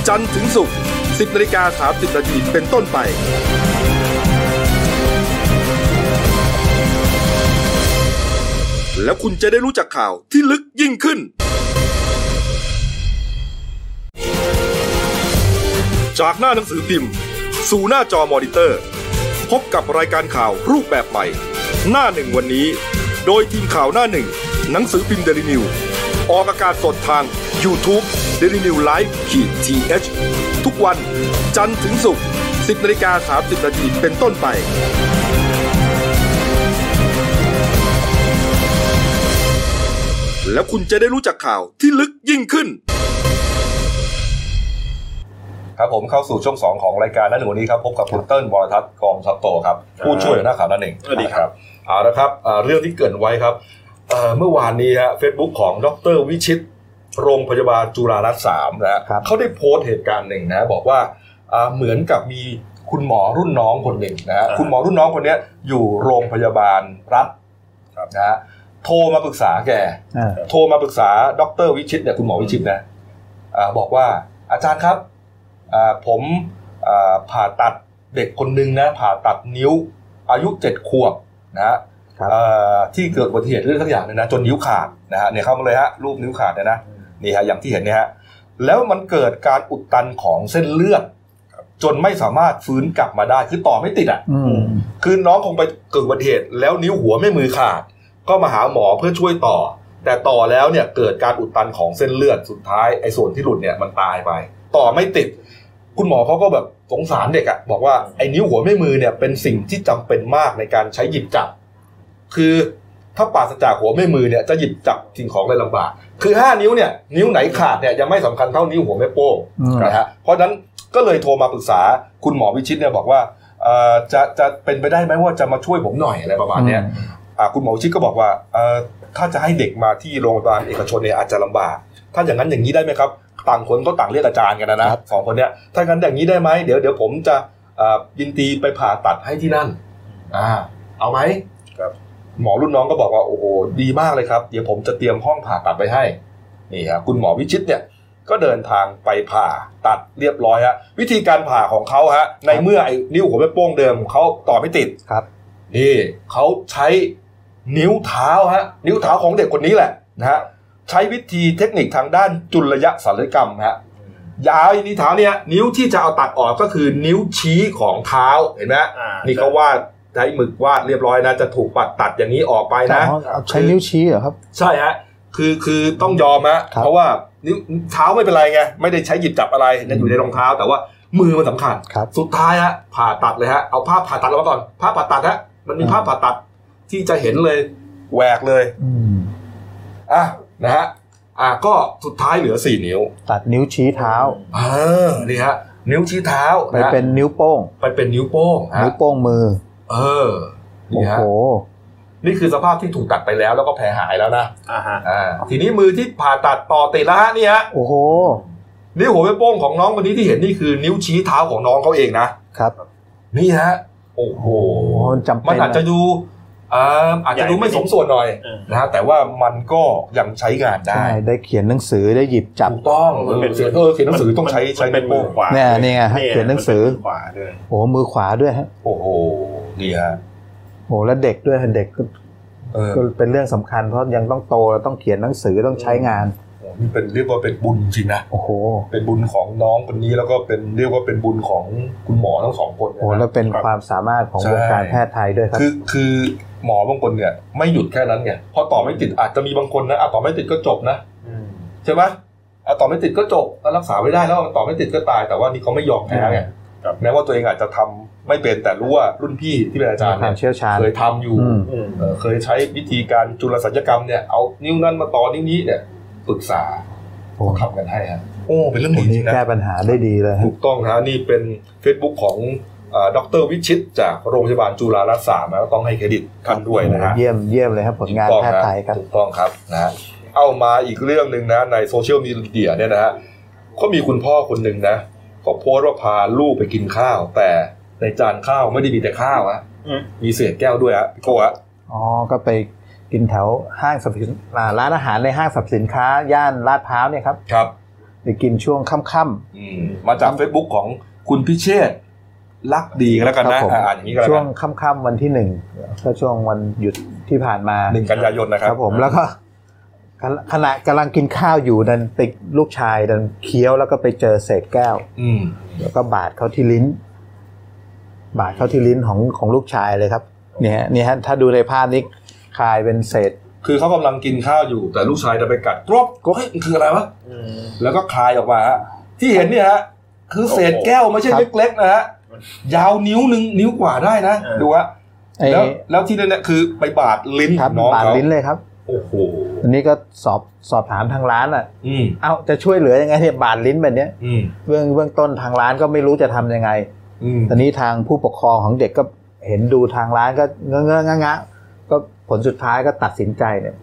Speaker 1: จันทร์ถึงศุกร์10นาฬิกา30นาทีเป็นต้นไป แล้วคุณจะได้รู้จักข่าวที่ลึกยิ่งขึ้น จากหน้าหนังสือพิมพ์ สู่หน้าจอมอนิเตอร์ พบกับรายการข่าวรูปแบบใหม่ หน้าหนึ่งวันนี้ โดยทีมข่าวหน้าหนึ่ง หนังสือพิมพ์เดลิวิวออกอากาศสดทาง y o u t u เด d ิวิวไลฟ์ขีดทีเทุกวันจันทร์ถึงศุกร์10นาฬิกา30นาทีเป็นต้นไป แล้วคุณจะได้รู้จักข่าวที่ลึกยิ่งขึ้น ครับผมเข้าสู่ช่วงสองของรายการนั้นหนึ่งวันนี้ครับพบกับคุณเติ้ลวรทัศน์กองทัพโตครับผู้ช่วยหัวหน้าข่าวนั่นเอง
Speaker 4: สวัสดีครับ
Speaker 1: เอาละครับเอ่อเรื่องที่เกริดไว้ครับเอ่อเมื่อวานนี้ฮะเฟซบุ๊กของดรวิชิต โรงพยาบาลจุฬารัตน์สามนะฮะ
Speaker 2: ครับ
Speaker 1: เขาได้โพสต์เหตุการณ์หนึ่งนะบอกว่า อ่าเหมือนกับมีคุณหมอรุ่นน้องคนหนึ่งนะฮะ
Speaker 3: อ่า
Speaker 1: คุณหมอรุ่นน้องคนเนี้ยอยู่โรงพยาบาลรัฐ
Speaker 3: ครับ
Speaker 1: นะฮะโทรมาปรึกษาแก
Speaker 2: อ่า
Speaker 1: โทรมาปรึกษาดรวิชิตเนี่ยคุณหมอวิชิตนะอ่าบอกว่าอาจารย์ครับอ่าผมอ่าผ่าตัดเด็กคนหนึ่งนะผ่าตัดนิ้วอายุเจ็ดขวบนะฮะ
Speaker 2: ครับ
Speaker 1: เอ่อที่เกิดอุบัติเหตุเรื่องสักอย่างเนี่ยนะจนนิ้วขาดนะฮะเนี่ยเข้ามาเลยฮะรูปนิ้วขาดเนี่ยนะนี่ฮะอย่างที่เห็นเนี่ยฮะแล้วมันเกิดการอุดตันของเส้นเลือดจนไม่สามารถฟื้นกลับมาได้คือต่อไม่ติดอ่ะ
Speaker 2: อืม
Speaker 1: คือน้องคงไปเกิดอุบัติเหตุแล้วนิ้วหัวไม่มือขาด ก็มาหาหมอเพื่อช่วยต่อ แต่ต่อแล้วเนี่ยเกิดการอุดตันของเส้นเลือดสุดท้ายไอ้ส่วนที่หลุดเนี่ยมันตายไป ต่อไม่ติด คุณหมอเขาก็แบบสงสารเด็กอะบอกว่าไอ้นิ้วหัวไม่มือเนี่ยเป็นสิ่งที่จำเป็นมากในการใช้หยิบจับ คือถ้าปราศจากหัวไม่มือเนี่ยจะหยิบจับสิ่งของได้ลำบากคือห้านิ้วเนี่ยนิ้วไหนขาดเนี่ยยังไม่สำคัญเท่านิ้วหัวแม่โป้ง
Speaker 2: อืม
Speaker 1: นะฮะเพราะฉะนั้นก็เลยโทรมาปรึกษาคุณหมอวิชิตเนี่ยบอกว่า เอ่อจะจะเป็นไปได้ไหมว่าจะมาช่วยผมหน่อยอะไรประมาณเนี้ยอ่าคุณหมอชิดก็บอกว่าเอ่อถ้าจะให้เด็กมาที่โรงพยาบาลเอกชนเนี่ยอาจจะลำบาก ถ้าอย่างนั้นอย่างนี้ได้ไหมครับ ต่างคนก็ต่างเรียกอาจารย์กันนะนะครับ สองคนเนี้ยถ้างั้นอย่างนี้ได้ไหมเดี๋ยวเดี๋ยวผมจะเอ่อยินดีไปผ่าตัดให้ที่นั่นอ่าเอาไหม
Speaker 3: ครับ
Speaker 1: หมอรุ่นน้องก็บอกว่าโอ้โหดีมากเลยครับ เดี๋ยวผมจะเตรียมห้องผ่าตัดไปให้นี่ครับคุณหมอวิชิตเนี่ย ก็เดินทางไปผ่าตัดเรียบร้อยฮะวิธีการผ่าของเขาฮะในเมื่อไอ้นิ้วหัวแม่โป้งเดิมเขาต่อไม่ติด
Speaker 2: ครับ
Speaker 1: นี่เขาใช้นิ้วเท้าฮะนิ้วเท้าของเด็กคนนี้แหละนะฮะใช้วิธีเทคนิคทางด้านจุลยศัลยกรรมฮะยาวนิ้วเท้าเนี่ยนิ้วที่จะเอาตัดออกก็คือนิ้วชี้ของเท้าเห็นไหม
Speaker 3: อ่านี่
Speaker 1: นี่เขาวาดใช้หมึกวาดเรียบร้อยนะจะถูกปัดตัดอย่างนี้ออกไปนะ
Speaker 2: อ๋อเอาใช้นิ้วชี้เหรอครับ
Speaker 1: ใช่ฮะ คือคือต้องยอมฮะ
Speaker 2: ครับ
Speaker 1: เพราะว่านิ้วเท้าไม่เป็นไรไง ไม่ได้ใช้หยิบจับอะไรเนี่ยอยู่ในรองเท้า แต่ว่ามือมันสำคัญ
Speaker 2: ครับ
Speaker 1: สุดท้ายฮะผ่าตัดเลยฮะ เอาภาพผ่าตัดออกมาก่อน ภาพผ่าตัดฮะ มันมี
Speaker 2: อ่า
Speaker 1: ภาพผ่าตัดที่จะเห็นเลยแหวกเลย
Speaker 2: อืม
Speaker 1: อ่ะนะฮะ อ่ะก็สุดท้ายเหลือสี่นิ้ว
Speaker 2: ตัดนิ้วชี้เท้า
Speaker 1: เออนี่ฮะ นิ้วชี้เท้า
Speaker 2: ไป
Speaker 1: ะฮะ
Speaker 2: เป็นนิ้วโป้ง
Speaker 1: ไปเป็นนิ้วโป้งฮะ
Speaker 2: นิ้วโป้งมือ
Speaker 1: เออ
Speaker 2: โอ้
Speaker 1: นี่ฮะ
Speaker 2: โห
Speaker 1: นี่คือสภาพที่ถูกตัดไปแล้วแล้วก็แผลหายแล้วนะ
Speaker 3: อ่าฮะ
Speaker 1: อ่า ทีนี้มือที่ผ่าตัดต่อติดแล้วฮะนี่ฮะ
Speaker 2: โอ้โห
Speaker 1: นิ้วหัวแม่โป้งของน้องคนนี้ที่เห็นนี่คือนิ้วชี้เท้าของน้องเขาเองนะครับ นี่ฮะโอ้โห
Speaker 2: โอ้มันจำเป็น
Speaker 1: มันอาจจะดูเอ่ออาจจะดูไม่สมส่วนหน่อย
Speaker 3: เออ
Speaker 1: นะฮะแต่ว่ามันก็ยังใช้งานได้
Speaker 2: ใช่ได้เขียนหนังสือได้หยิบจับ
Speaker 1: ถูกต้องเออเขียนเออเขียนหนังสือต้องใช้ใช้
Speaker 3: มันเป็
Speaker 1: เป็น น
Speaker 3: มื
Speaker 1: โป้
Speaker 3: อง ขวา
Speaker 2: เนี่ยเนี่ยฮะเขียนหนังสือ
Speaker 3: มัมืขวาด้วย
Speaker 2: โอ้โหมือขวาด้วยฮะ
Speaker 1: โอ้โหนี่ฮะ
Speaker 2: โอ้โหแล้วเด็กด้วยฮะเด็กก็
Speaker 1: เออ
Speaker 2: ก็เป็นเรื่องสำคัญเพราะยังต้องโตแล้วต้องเขียนหนังสือต้องใช้งาน
Speaker 1: โอ้นี่เป็นเรียกว่าเป็นบุญจริงนะ
Speaker 2: โอ้โห
Speaker 1: เป็นบุญของน้องคนนี้แล้วก็เป็นเรียกว่าเป็นบุญของคุณหมอทั้งสองคน
Speaker 2: โอ้
Speaker 1: นะ
Speaker 2: โห
Speaker 1: ฮะ
Speaker 2: แล้วเป็น
Speaker 3: ครับ
Speaker 2: ความสามารถของ
Speaker 1: ใช่
Speaker 2: วงการแพทย์ไทยด้วยครับ
Speaker 1: คือคือหมอบางคนเนี่ย ไม่หยุดแค่นั้นไงพอต่อไม่ติดอาจจะมีบางคนนะอ่ะต่อไม่ติดก็จบนะ
Speaker 3: อืม
Speaker 1: ใช่ไหมอ่ะต่อไม่ติดก็จบแล้วรักษาไม่ได้แล้วต่อไม่ติดก็ตาย แต่ว่านี่เขาไม่ยอมแพ้ไง
Speaker 3: ครับ
Speaker 1: แม้ว่าตัวเองอาจจะทำไม่เป็นแต่รู้ว่ารุ่นพี่ที่เป็นอาจารย์
Speaker 2: ค
Speaker 1: เนี่
Speaker 2: วาม
Speaker 1: ย
Speaker 2: เชี่ยวชาญ
Speaker 1: เคยทำอยู่
Speaker 2: อืม
Speaker 3: อืม
Speaker 1: เอ่อเคยใช้วิธีการจุลศัลยกรรมเนี่ยเอานิ้วนั้นมาต่อนิ้วนี้เนี่ยปรึกษา
Speaker 2: โอ้โห
Speaker 1: ทำกันให้ฮะโอ้เป็นเรื่อง
Speaker 2: ค
Speaker 1: ดีจ
Speaker 2: นนี้
Speaker 1: ริงนะ
Speaker 2: แก้ปัญหาได้ดีเลยฮะ
Speaker 1: ถูกต้องฮะนี่เป็น Facebook ของดรวิชิต จากโรงพยาบาลจุฬารัตน์สามนะต้องให้เครดิตท่านด้วยนะฮะ
Speaker 2: เยี่ยมเยี่ยมเลยครับผลงานแพทย์ไทยครับ
Speaker 1: ถูกต้องครับนะฮะเอามาอีกเรื่องหนึ่งนะในโซเชียลมีเดียเนี่ยนะฮะก็มีคุณพ่อคนหนึ่งนะเขาโพสต์ว่าพาลูกไปกินข้าว แต่ในจานข้าวไม่ได้มีแต่ข้าวอะ
Speaker 3: อืม
Speaker 1: มีเศษแก้วด้วยอะพี่โกะ
Speaker 2: อ๋อ ก็ไปกินแถวห้างสรรพสินอ่าร้านอาหารในห้างสรรพสินค้า ย่านลาดพร้าวเนี่ยครับ
Speaker 1: ครับ
Speaker 2: ไปกินช่วงค่ำ
Speaker 1: อืมมาจาก
Speaker 2: ครับ
Speaker 1: Facebook ของคุณพิเชษฐ์รักดีกันแล้วกัน
Speaker 2: ครั
Speaker 1: นะ
Speaker 2: บผม
Speaker 1: อะอ่านอย่างนี้กัน
Speaker 2: ๆ
Speaker 1: แล้ว
Speaker 2: ช่ว
Speaker 1: กั
Speaker 2: ง
Speaker 1: น
Speaker 2: ค่ำๆวันที่หนึ่งก็ช่วงวันหยุดที่ผ่านมา
Speaker 1: หนึ่งกันยายนนะค
Speaker 2: ค
Speaker 1: รั
Speaker 2: รับ บผมแล้วก็ขณะขณะกำลังกินข้าวอยู่ดันติดลูกชายดันเคี้ยวแล้วก็ไปเจอเศษแก้ว
Speaker 1: อืม
Speaker 2: แล้วก็บาดเข้าที่ลิ้น บาดเข้าที่ลิ้นของของลูกชายเลยครับเนี่ยฮะเนี่ยฮะถ้าดูในภาพนี้คลายเป็นเศษ
Speaker 1: คือเขากำลังกินข้าวอยู่ แต่ลูกชายจะไปกัดกรอบกรอบเฮ้ยมันคืออะไรวะ
Speaker 3: อืม
Speaker 1: แล้วก็คลายออกมาฮะที่เห็นเนี่ยฮะคือเศษแก้วไม่ใช่
Speaker 2: ครับ
Speaker 1: เล็กๆนะฮะยาวนิ้วหนึ่งนิ้วกว่าได้นะ
Speaker 3: เออ
Speaker 1: ดูฮะ
Speaker 2: ไอ้
Speaker 1: แล้วแล้วที่นั่นเนี่ยคือไปบาดลิ้น
Speaker 2: ครับ
Speaker 1: น้อง
Speaker 2: บาด
Speaker 1: เขา
Speaker 2: ลิ้นเลยครับ
Speaker 1: โอ้โห
Speaker 2: อันนี้ก็สอบสอบถามทางร้านอ่ะ
Speaker 1: อืม
Speaker 2: เอาจะช่วยเหลือยังไงเนี่ยบาดลิ้นแบบเนี้ย
Speaker 1: อืม
Speaker 2: เบื้องเบื้องต้นทางร้านก็ไม่รู้จะทำยังไง
Speaker 1: อืม
Speaker 2: ตอนนี้ทางผู้ปกครองของเด็กก็เห็นดูทางร้านก็เงอะเงอะงะงะก็ผลสุดท้ายก็ตัดสินใจเนี่ย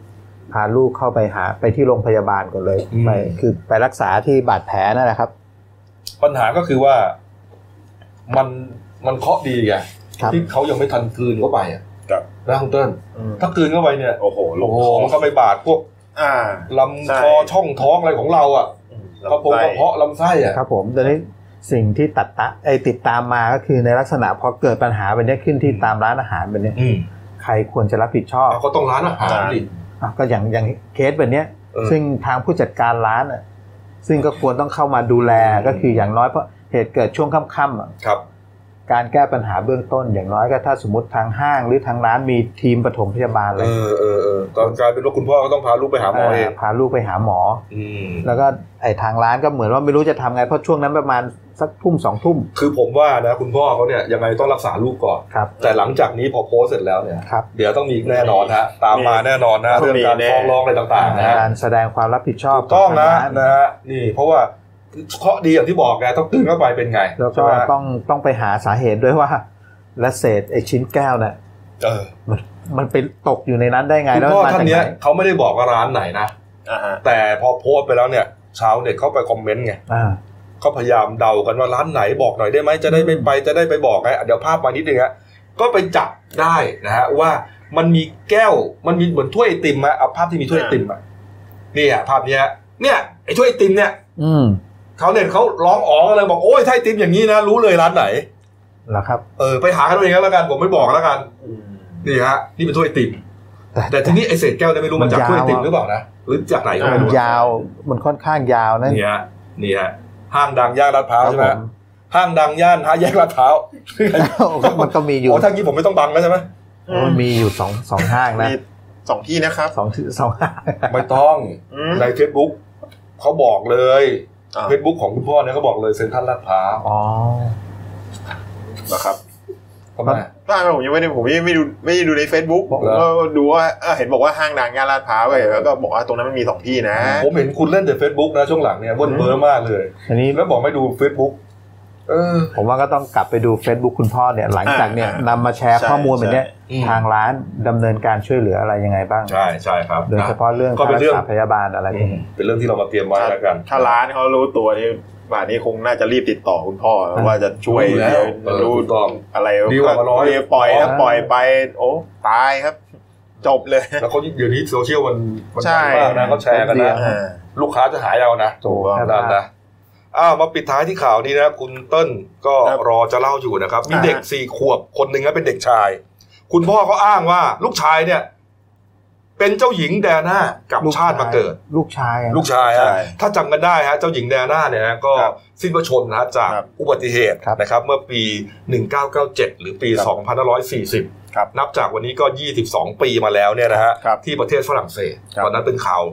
Speaker 2: พาลูกเข้าไปหาไปที่โรงพยาบาลก่อนเลยไปคือไปรักษาที่บาดแผลนั่นแหละครับ
Speaker 1: ปัญหาก็คือว่า มันมันเคราะห์ดีไง
Speaker 2: ครับ
Speaker 1: ที่เขายังไม่ทันคืนเข้าไปอ่ะ
Speaker 5: ครับ
Speaker 1: นะคุณเติ้ลถ้าคืนเข้าไปเนี่ย
Speaker 5: โอ้โหล
Speaker 1: โอ้
Speaker 5: ง
Speaker 1: โห
Speaker 5: คอ
Speaker 1: มันเข้าไปบาดพวก
Speaker 5: อ่า
Speaker 1: ลำ
Speaker 5: ใช่
Speaker 1: คอช่องท้องอะไรของเราอ่ะกระพงกระเพาะลำไส้อ่ะ
Speaker 2: ครับผมตอนนี้สิ่งที่ตัดตะไอยติดตามมาก็คือในลักษณะพอเกิดปัญหาแบบนี้ขึ้นที่ตามร้านอาหารแบบนี้
Speaker 1: อืม
Speaker 2: ใครควรจะรับผิดชอบ
Speaker 1: เราก็ต้องร้านอาหารดิ
Speaker 2: อ่ะก็อย่างอย่างเคสแบบเนี้ย
Speaker 1: เออ
Speaker 2: ซึ่งทางผู้จัดการร้านอ่ะซึ่งก็ควรต้องเข้ามาดูแลก็คืออย่างน้อยเพราะเหตุเกิดช่วงค่ำๆอ่ะ
Speaker 1: ครับ
Speaker 2: การแก้ปัญหาเบื้องต้น อย่างน้อยก็ถ้าสมมติทางห้างหรือทางร้านมีทีมปฐมพยาบาลอะไร
Speaker 1: เออเออเออก็กลายเป็นว่าคุณพ่อก็ต้องพาลูกไปหาหมอเอง
Speaker 2: อ่าพาลูกไปหาหมอ
Speaker 1: อืม
Speaker 2: แล้วก็ไอทางร้านก็เหมือนว่าไม่รู้จะทำไงเพราะช่วงนั้นประมาณสักทุ่มสองทุ่ม
Speaker 1: คือผมว่านะคุณพ่อเขาเนี่ยยังไงต้องรักษาลูกก่อน
Speaker 2: ครับ
Speaker 1: แต่หลังจากนี้พอโพสต์เสร็จแล้วเนี่ย
Speaker 2: ครับ
Speaker 1: เดี๋ยวต้องมีแน่นอนฮะตามมาแน่นอนนะ
Speaker 5: ต้
Speaker 1: เรื่อง
Speaker 5: องมี
Speaker 1: การ
Speaker 5: แน่
Speaker 1: ฟ้องร้องอะไรต่างๆนะฮะ
Speaker 2: การแสดงความรับผิดชอบ
Speaker 1: ถูกต้องนะ
Speaker 2: ขทางร้า
Speaker 1: นะฮะนี่เพราะว่าเคราะห์ดีอย่างที่บอกไงต้องตื่นเข้าไปเป็นไง
Speaker 2: แล้ว
Speaker 1: ใช่
Speaker 2: ก็
Speaker 1: ไหม
Speaker 2: ต้องต้องไปหาสาเหตุด้วยว่า และเศษไอชิ้นแก้วน่ะ
Speaker 1: เออ
Speaker 2: มันมันไปตกอยู่ในนั้นได้ไง
Speaker 1: คุณ
Speaker 2: แล้ว
Speaker 1: พ่อ
Speaker 2: มั
Speaker 1: ท่าน
Speaker 2: จก
Speaker 1: เนี้ย
Speaker 2: ไห
Speaker 1: เขาไม่ได้บอกว่าร้านไหนนะ
Speaker 5: อ่าฮะ
Speaker 1: แต่พอโพสต์ไปแล้วเนี่ยชาวเน็ตเข้าไปคอมเมนต์ไง
Speaker 2: อ่า
Speaker 1: ก็พยายามเดากันว่าร้านไหนบอกหน่อยได้ไหมจะได้ไม่ไปจะได้ไปบอกไงอ่ะเดี๋ยวภาพมานิดนึงฮะก็ไปจับได้นะฮะว่ามันมีแก้วมันมีเหมือนถ้วยไอติมอะเอาภาพที่มีถ้วยไอติมอะนี่อะภาพเนี้ยเนี่ยไอถ้วยไอติมเนี่ย
Speaker 2: อืม
Speaker 1: เขาเนี่ยเขาร้องอ๋อกันเลยบอกโอ้ยถ้าไอติมอย่างนี้นะรู้เลยร้านไหน
Speaker 2: เหรอครับ
Speaker 1: เออไปหากันเอาเองก็แล้วกันผมไม่บอกแล้วกันนี่ฮะนี่เป็นถ้วยไอติมแต่ทีนี้ไอเศษแก้วเนี่ยไม่รู้มันจากถ้วยไอติมหรือเปล่านะหรือจากไหนก็
Speaker 2: มั
Speaker 1: ไม่
Speaker 2: น
Speaker 1: รู้
Speaker 2: ยาวมันค่อนข้างยาวนะ
Speaker 1: นี่ฮะนี่ฮะห้างดังย่านลาดพร้าว
Speaker 2: ครับ
Speaker 1: ใช่ไห
Speaker 2: ผม ม
Speaker 1: ห้างดังย่านห้าแยกลาดพร้าว
Speaker 2: ก็ มันก็มีอยู่
Speaker 1: โอ้ทางนี้ผมไม่ต้องบังแล้วใช่ไหม
Speaker 2: มันมีอยู่สองสองห้างนะ
Speaker 5: มีสองที่นะครับ
Speaker 2: สองที่สองห้าง
Speaker 1: ไม่ต้อง
Speaker 5: อืม
Speaker 1: ในเฟซบุ๊กเขาบอกเลย
Speaker 5: อ่า
Speaker 1: เฟซบุ๊กของคุณพ่อเนี่ยเขาบอกเลยเซ็นทรัลลาดพร้าว
Speaker 2: อ๋อ
Speaker 5: นะครับ
Speaker 1: ทำไม
Speaker 5: บ้านผมยังไม่ได้ผมยังไม่ดูไม่ได้ดูใน Facebook ผม
Speaker 1: เหร
Speaker 5: ก็
Speaker 1: อ
Speaker 5: ดูว่าเออเห็นบอกว่าห้างดังย่านลาดพร้าวไปแล้วก็บอกว่าตรงนั้นมันมีสองที่นะ
Speaker 1: ผมเห็นคุณเล่นแต่เฟซบุ๊กนะช่วงหลังเนี่ยเว่นเบอร์มากเลย
Speaker 2: อันนี้
Speaker 1: แล้วบอกไม่ดูเฟซบุ๊กเออ
Speaker 2: ผมว่าก็ต้องกลับไปดู Facebook คุณพ่อเนี่ยหลังจากเนี่ย
Speaker 5: อ่าน
Speaker 2: ำมาแชร์
Speaker 5: ใช่
Speaker 2: ข้อมูลแบบเนี้ย
Speaker 1: ใช่อืม
Speaker 2: ทางร้านดำเนินการช่วยเหลืออะไรยังไงบ้าง
Speaker 1: ใช่ใช่ครับ
Speaker 2: โดยเฉ
Speaker 1: อ่
Speaker 2: พาะเรื่อง
Speaker 1: ก็
Speaker 2: การ
Speaker 1: เป็น
Speaker 2: รั
Speaker 1: เรื่
Speaker 2: ก
Speaker 1: อง
Speaker 2: ษาพยาบาลอะไร
Speaker 1: อื
Speaker 2: พวก
Speaker 1: ม
Speaker 2: นี้
Speaker 1: เป็นเรื่องที่เรามาเตรียมไว้แล้วกัน
Speaker 5: ถ้าร้านเขารู้ตัวนี่ป่านนี้คงน่าจะรีบติดต่อคุณพ่อว่าจะช่วย
Speaker 1: รู้แล้วเออ
Speaker 5: รู้
Speaker 1: ถูกต้อง
Speaker 5: อะไร
Speaker 1: ดีกว่าร้อย
Speaker 5: ปล่อยถ้าปล่อยไป โอ้ตายครับ จบเลย
Speaker 1: แล้วเขาเดี๋ยวนี้โซเชียลมันมัน
Speaker 5: ใช่
Speaker 1: ดังมากนะเขาแชร์กันนะ
Speaker 5: อ่า
Speaker 1: ลูกค้าจะหายเอานะ
Speaker 5: ถูกต้อง
Speaker 2: แทบ
Speaker 1: นั่น
Speaker 2: ว่า
Speaker 1: นะอ้าวมาปิดท้ายที่ข่าวนี้นะคุณเติ้ลก็
Speaker 5: ครับ
Speaker 1: รอจะเล่าอยู่นะครับ มี
Speaker 5: อ่า
Speaker 1: เด็กสี่ขวบคนหนึ่งนะเป็นเด็กชาย คุณพ่อเขาอ้างว่าลูกชายเนี่ย เป็นเจ้าหญิงแดน่ากลับชาติมาเกิด
Speaker 2: ลูกชายอะ
Speaker 1: ลูกชายฮะ
Speaker 5: ใช่
Speaker 1: ถ้าจำกันได้ฮะเจ้าหญิงแดน่าเนี่ยนะก็
Speaker 5: ครับ
Speaker 1: สิ้นพระชนม์นะฮะจาก
Speaker 5: ครับ
Speaker 1: อุบัติเหตุนะครับ เมื่อปี 1997 หรือปี
Speaker 5: ครับ
Speaker 1: 2540 นับจากวันนี้ก็ 22 ปีมาแล้วเนี่ยนะฮะ
Speaker 5: ครับ
Speaker 1: ที่ประเทศฝรั่งเศส
Speaker 5: ครับ
Speaker 1: ตอนนั้นเป็นข่าว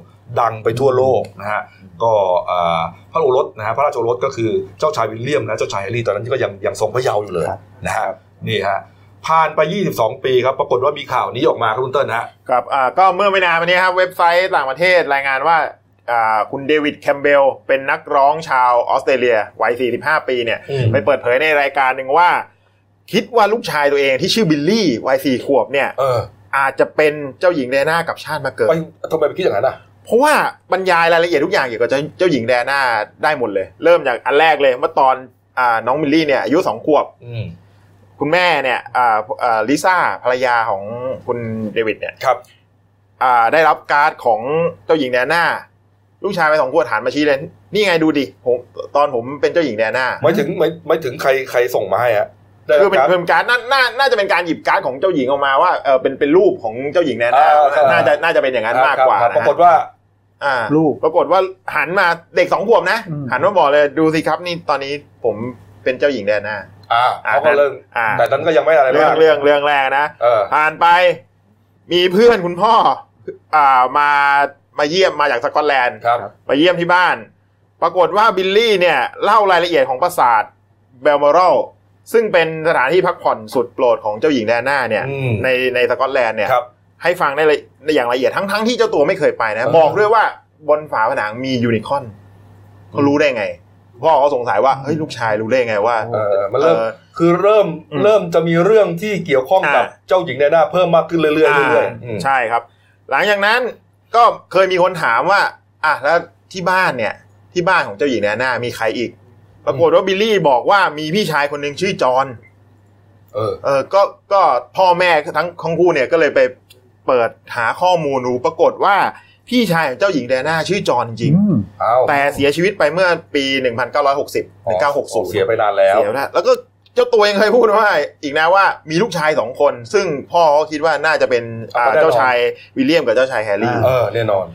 Speaker 1: ดังไปทั่วโลกนะฮะก็เอ่อพระโอรสนะฮะพระราชโอรสก็คือเจ้าชายวิลเลียมนะเจ้าชายแฮร์รี่ตอนนั้นก็ยังยังทรงพระเยาว์อยู่เลยนะฮะ
Speaker 5: ครับ
Speaker 1: นี่ฮะผ่านไป 22 ปีครับปรากฏว่ามีข่าวนี้ออกมาครับคุณเติ้ลฮะ
Speaker 5: ครับอ่าก็เมื่อไม่นานมานี้ครับเว็บไซต์ต่างประเทศรายงานว่าอ่าคุณเดวิดแคมเบลเป็นนักร้องชาวออสเตรเลียวัย 45 ปีเนี่ย
Speaker 1: อืม
Speaker 5: ไปเปิดเผยในรายการหนึ่งว่า คิดว่าลูกชายตัวเองที่ชื่อบิลลี่วัย 4 ขวบเนี่ย
Speaker 1: เออ
Speaker 5: อาจจะเป็นเจ้าหญิงแดน่ากลับชาติมาเกิด
Speaker 1: ไปทำไมไปคิดอย่างนั้นอ่ะ
Speaker 5: เพราะว่าบรรยายรายละเอียดทุกอย่างเกี่ยวกับเจ้าเจ้าหญิงแดน่าได้หมดเลย เริ่มจากอันแรกเลยเมื่อตอนอ่าน้องมิลลี่เนี่ยอายุสองขวบ
Speaker 1: อืม
Speaker 5: คุณแม่เนี่ยอ่าอ่าลิซ่าภรรยาของคุณเดวิดเนี่ย
Speaker 1: ครับ
Speaker 5: อ่าได้รับการ์ดของเจ้าหญิงแดน่าลูกชายไปสองขวบหันมาชี้เลยนี่ไงดูดิผมตอนผมเป็นเจ้าหญิงแดน่า
Speaker 1: ไม่ถึงไม่ไม่ถึงใครใครส่งมาให้ฮะได้
Speaker 5: คือเป็น
Speaker 1: รับ
Speaker 5: เพิ่มการ์ดน่าน่าน่าจะเป็นการหยิบการ์ดของเจ้าหญิงออกมาว่าเออเป็นเป็นรูปของเจ้าหญิงแดน่า
Speaker 1: อ่าใช่
Speaker 5: น่าจะน่าจะเป็นอย่างนั้นมากกว่า
Speaker 1: ครับ
Speaker 5: นะ
Speaker 1: ปรา
Speaker 5: ฮะ
Speaker 1: กฏว่า
Speaker 5: อ่า
Speaker 2: ลูก
Speaker 5: ปรากฏว่าหันมาเด็กสองขวบนะ
Speaker 2: อืม
Speaker 5: หันมาบอกเลยดูสิครับนี่ตอนนี้ผมเป็นเจ้าหญิงแดนหน้า
Speaker 1: อ่า
Speaker 5: อ่า
Speaker 1: เขาก็เริ่ม
Speaker 5: อ่า
Speaker 1: แต่นั้นก็ยังไม่อะไร
Speaker 5: เรื่อง
Speaker 1: มาก
Speaker 5: เรื่องเรื่องแรกนะ
Speaker 1: เออ
Speaker 5: ผ่านไป มีเพื่อนคุณพ่ออ่ามามาเยี่ยมมาจากสกอตแลนด์
Speaker 1: ครับ
Speaker 5: มาเยี่ยมที่บ้าน ปรากฏว่าบิลลี่เนี่ยเล่ารายละเอียดของปราสาทเบลมอรัลซึ่งเป็นสถานที่พักผ่อนสุดโปรดของเจ้าหญิงแดนหน้าเนี่ย
Speaker 1: อืม
Speaker 5: ในในสกอตแลนด์เนี่ย
Speaker 1: ครับ
Speaker 5: ให้ฟังได้เลยในอย่างละเอียดทั้งทั้งที่เจ้าตัวไม่เคยไปนะ
Speaker 1: เออ
Speaker 5: บอกด้วยว่าบนฝาผนังมียูนิคอร์นเขารู้ได้ไง พ่อเขาสงสัยว่าเฮ้ยลูกชายรู้ได้ไงว่า
Speaker 1: เออมันเริ่ม
Speaker 5: เออ
Speaker 1: คือเริ่ม
Speaker 5: อืม
Speaker 1: เริ่มจะมีเรื่องที่เกี่ยวข้องกับ
Speaker 5: อ่า
Speaker 1: เจ้าหญิงไดน่าเพิ่มมากขึ้นเรื่อยๆเรื่อย
Speaker 5: อ่า
Speaker 1: ๆอืม
Speaker 5: ใช่ครับ หลังจากนั้นก็เคยมีคนถามว่า อ่ะแล้วที่บ้านเนี่ย ที่บ้านของเจ้าหญิงแดนน่ามีใครอีก ปรากฏว่าบิลลี่บอกว่ามีพี่ชายคนหนึ่งชื่อจอห์น
Speaker 1: เออ
Speaker 5: เออก็ก็พ่อแม่ทั้งของคู่เนี่ยก็เลยไปเปิดหาข้อมูลดูปรากฏว่าพี่ชายของเจ้าหญิงแดน่าชื่อจอห์นจริง
Speaker 2: อืม
Speaker 1: เอ้า
Speaker 5: แต่เสียชีวิตไปเมื่อปี 1960 1960
Speaker 1: เสียไปนานแล้ว
Speaker 5: เสียแล้วแล้วก็เจ้าตัวยังเคยพูดว่าอีกนะว่ามีลูกชายสองคน ซึ่งพ่อเขาคิดว่าน่าจะเป็นอ่า
Speaker 1: ก็แน่นอน
Speaker 5: เจ้าชายวิลเลียมกับเจ้าชายแฮร์รี่
Speaker 2: อ่า
Speaker 1: เออแน่นอน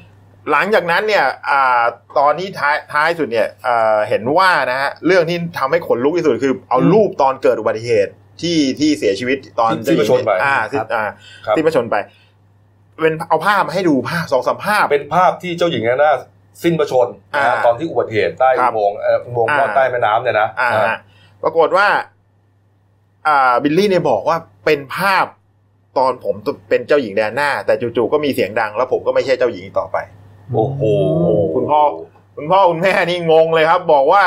Speaker 5: หลังจากนั้นเนี่ยอ่าตอนที่ท้ายท้ายสุดเนี่ยอ่าเห็นว่านะฮะเรื่องที่ทำให้ขนลุกที่สุดคือเอารูปตอนเกิดอุบัติเหตุที่ที่เสียชีวิตตอน
Speaker 1: ที่ที่ประชนไป
Speaker 5: อ่าที่
Speaker 1: ครับ
Speaker 5: อ่า
Speaker 1: ครับ
Speaker 5: ที่ประชนไป เป็นเอาภาพมาให้ดูภาพสองสามภาพ
Speaker 1: เป็นภาพที่เจ้าหญิงแอนนาสิ้นประชน
Speaker 5: อ่า
Speaker 1: นะตอนที่อุบัติเหตุใต้
Speaker 5: ค
Speaker 1: อุ
Speaker 5: รับ
Speaker 1: โมงค์เอ่ออุโมงค์
Speaker 5: อ่า
Speaker 1: ลอดใต้แม่น้ำเนี่ยนะ
Speaker 5: อ่า
Speaker 1: อ่า
Speaker 5: ฮะปรากฏว่า อ่าบิลลี่เนี่ยบอกว่าเป็นภาพตอนผมเป็นเจ้าหญิงแดนหน้า แต่จู่ๆก็มีเสียงดัง แล้วผมก็ไม่ใช่เจ้าหญิงอีกต่อไป
Speaker 1: โอ้โห
Speaker 5: คุณพ่อ คุณพ่อคุณแม่นี่งงเลยครับ บอกว่า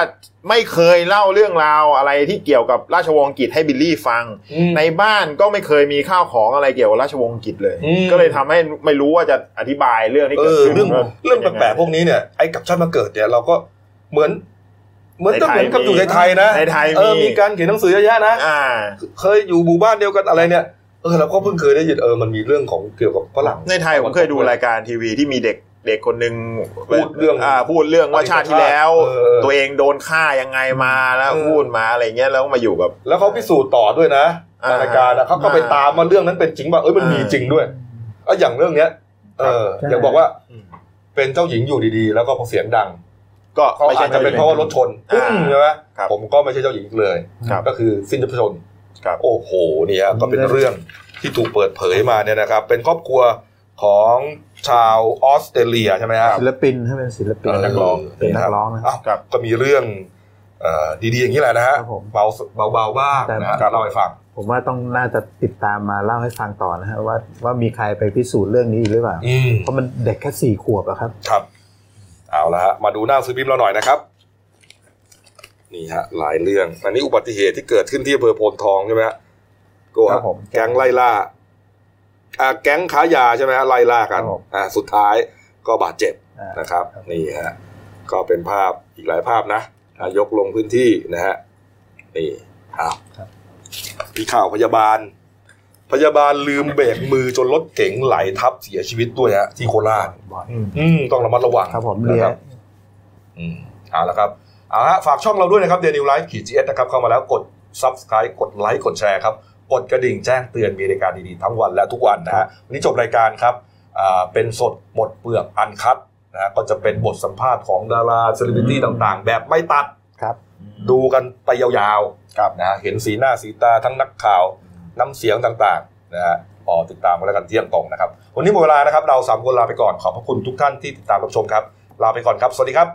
Speaker 5: ไม่เคยเล่าเรื่องราวอะไรที่เกี่ยวกับราชวงศ์อังกฤษให้บิลลี่ฟัง
Speaker 1: อืม
Speaker 5: ในบ้านก็ไม่เคยมีข้าวของอะไรเกี่ยวกับราชวงศ์อังกฤษเลย
Speaker 1: อืม
Speaker 5: ก็เลยทำให้ไม่รู้ว่าจะอธิบายเรื่องที่
Speaker 1: เอ
Speaker 5: เกิด
Speaker 1: อ
Speaker 5: ขึ้น
Speaker 1: เรื่อง
Speaker 5: ว่า
Speaker 1: เรื่องแปลกๆพ
Speaker 5: ป็น
Speaker 1: ว
Speaker 5: ยัไ
Speaker 1: กนี้เนี่ยไอ้กลับชาติมาเกิดเนี่ยเราก็เหมือน เหมือน
Speaker 5: ใน
Speaker 1: จะ
Speaker 5: ไทย
Speaker 1: เหมือนกับ
Speaker 5: มี
Speaker 1: อยู่ในไทยนะ
Speaker 5: ในไทย
Speaker 1: เออ
Speaker 5: มี
Speaker 1: มีการเขียนหนังสือเยอะแยะนะ
Speaker 5: อ่า
Speaker 1: เคยอยู่หมู่บ้านเดียวกันอะไรเนี่ยเออเราก็เพิ่งเคยได้ยินเออมันมีเรื่องของเกี่ยวกับฝรั่ง
Speaker 5: ในไทยผมเคยดูรายการทีวีที่มีเด็กเด็กคนหนึ่ง
Speaker 1: พูดเรื่อง
Speaker 5: าพูดเรื่องว่าชาติที่แล้ว
Speaker 1: เออ
Speaker 5: ตัวเองโดนฆ่ายังไงมาแล้ว
Speaker 1: เออ
Speaker 5: พูดมาอะไรเงี้ยแล้วมาอยู่กับ
Speaker 1: แล้วเขาพิสูจน์ต่อด้วยนะ
Speaker 5: อ่าร
Speaker 1: ายการนะเขาก็ไปตามมาเรื่องนั้นเป็นจริงป่ะเอ้ยมันมี
Speaker 5: อ่า
Speaker 1: จริงด้วยก็อย่างเรื่องเนี้ย เออ
Speaker 2: ใช่
Speaker 1: อย่างบอกว่า
Speaker 5: อืม
Speaker 1: เป็นเจ้าหญิงอยู่ดีๆ แล้วก็พอเสียงดัง
Speaker 5: ก็
Speaker 1: เขา
Speaker 5: ไม่
Speaker 1: อา
Speaker 5: ใช่
Speaker 1: จจะเป็นเพราะว่ารถชน
Speaker 5: อ่า
Speaker 1: ปึ้งใช่ไหม
Speaker 5: ครับ
Speaker 1: ผมก็ไม่ใช่เจ้าหญิงอีกเลย
Speaker 5: ครับ
Speaker 1: ก็คือสิ้นพระชนม์
Speaker 5: ครับ
Speaker 1: โอ้โหเนี่ยก็เป็นเรื่องที่ถูกเปิดเผยมาเนี่ยนะครับ เป็นครอบครัวของชาวออสเตรเลียใช่ไหมครับ
Speaker 2: ศิลปินให้เป็นศิลปิน
Speaker 1: เออ
Speaker 2: เป็นนักร้องนะ
Speaker 1: เอ้า
Speaker 5: ครับ
Speaker 1: ก็มีเรื่องเอ่อดีๆอย่างนี้แหละนะฮะ
Speaker 2: ครับผม
Speaker 1: เบาเบาๆบ้างนะฮะ
Speaker 2: ครับ
Speaker 1: เล่าให้ฟัง
Speaker 2: ผมว่าต้องน่าจะติดตามมาเล่าให้ฟังต่อนะฮะว่าว่ามีใครไปพิสูจน์เรื่องนี้หรือเปล่า
Speaker 1: อืม
Speaker 2: เพราะมันเด็กแค่สี่ขวบอะครับ
Speaker 1: ครับ เอาละฮะ มาดูหน้าซื้อพิมพ์เราหน่อยนะครับ นี่ฮะ หลายเรื่อง อันนี้อุบัติเหตุที่เกิดขึ้นที่อำเภอโพนทองใช่ไหมฮะโก็
Speaker 2: ครับผม
Speaker 1: แก๊งไล่ล่าอ่าแก๊งค้ายาใช่ไหมฮะไล่ล่ากัน
Speaker 2: ครับผม
Speaker 1: อ่าสุดท้ายก็บาดเจ็บ
Speaker 2: อ่าน
Speaker 1: นะครับ นี่ฮะ ก็เป็นภาพอีกหลายภาพนะอ่ะยกลงพื้นที่นะฮะ นี่อ้าวมีข่าวพยาบาล พยาบาลลืมเบรกมือจนรถเก๋งไหลทับเสียชีวิตด้วยฮะที่โคราช
Speaker 2: บ่อย
Speaker 1: อืมต้องระมัดระวัง
Speaker 2: ครับผมเรี
Speaker 1: นะค
Speaker 2: ยน
Speaker 1: รับอืมเอาละครับเอาละฝากช่องเราด้วยนะครับเดนิวไลฟ์ขีดจีเอสนะครับ เข้ามาแล้วกด subscribe กดไลค์กดแชร์ครับ กดกระดิ่งแจ้งเตือนมีรายการดีๆ ทั้งวันและทุกวันนะฮะวันนี้จบรายการครับอ่าเป็นสดหมดเปลือกอันคัดนะฮะก็จะเป็นบทสัมภาษณ์ของดาราเซเลบริตี้ต่างๆ แบบไม่ตัด
Speaker 2: ครับ
Speaker 1: ดูกันไปยาวๆครับนะฮะเห็นสีหน้าสีตาทั้งนักข่าวน้ำเสียงต่างๆนะฮะพอติดตามกันแล้วกันเที่ยงตรงนะครับ วันนี้หมดเวลานะครับ เราสามคนลาไปก่อนขอบพระคุณทุกท่านที่ติดตามรับชมครับ ลาไปก่อนครับ สวัสดีครับ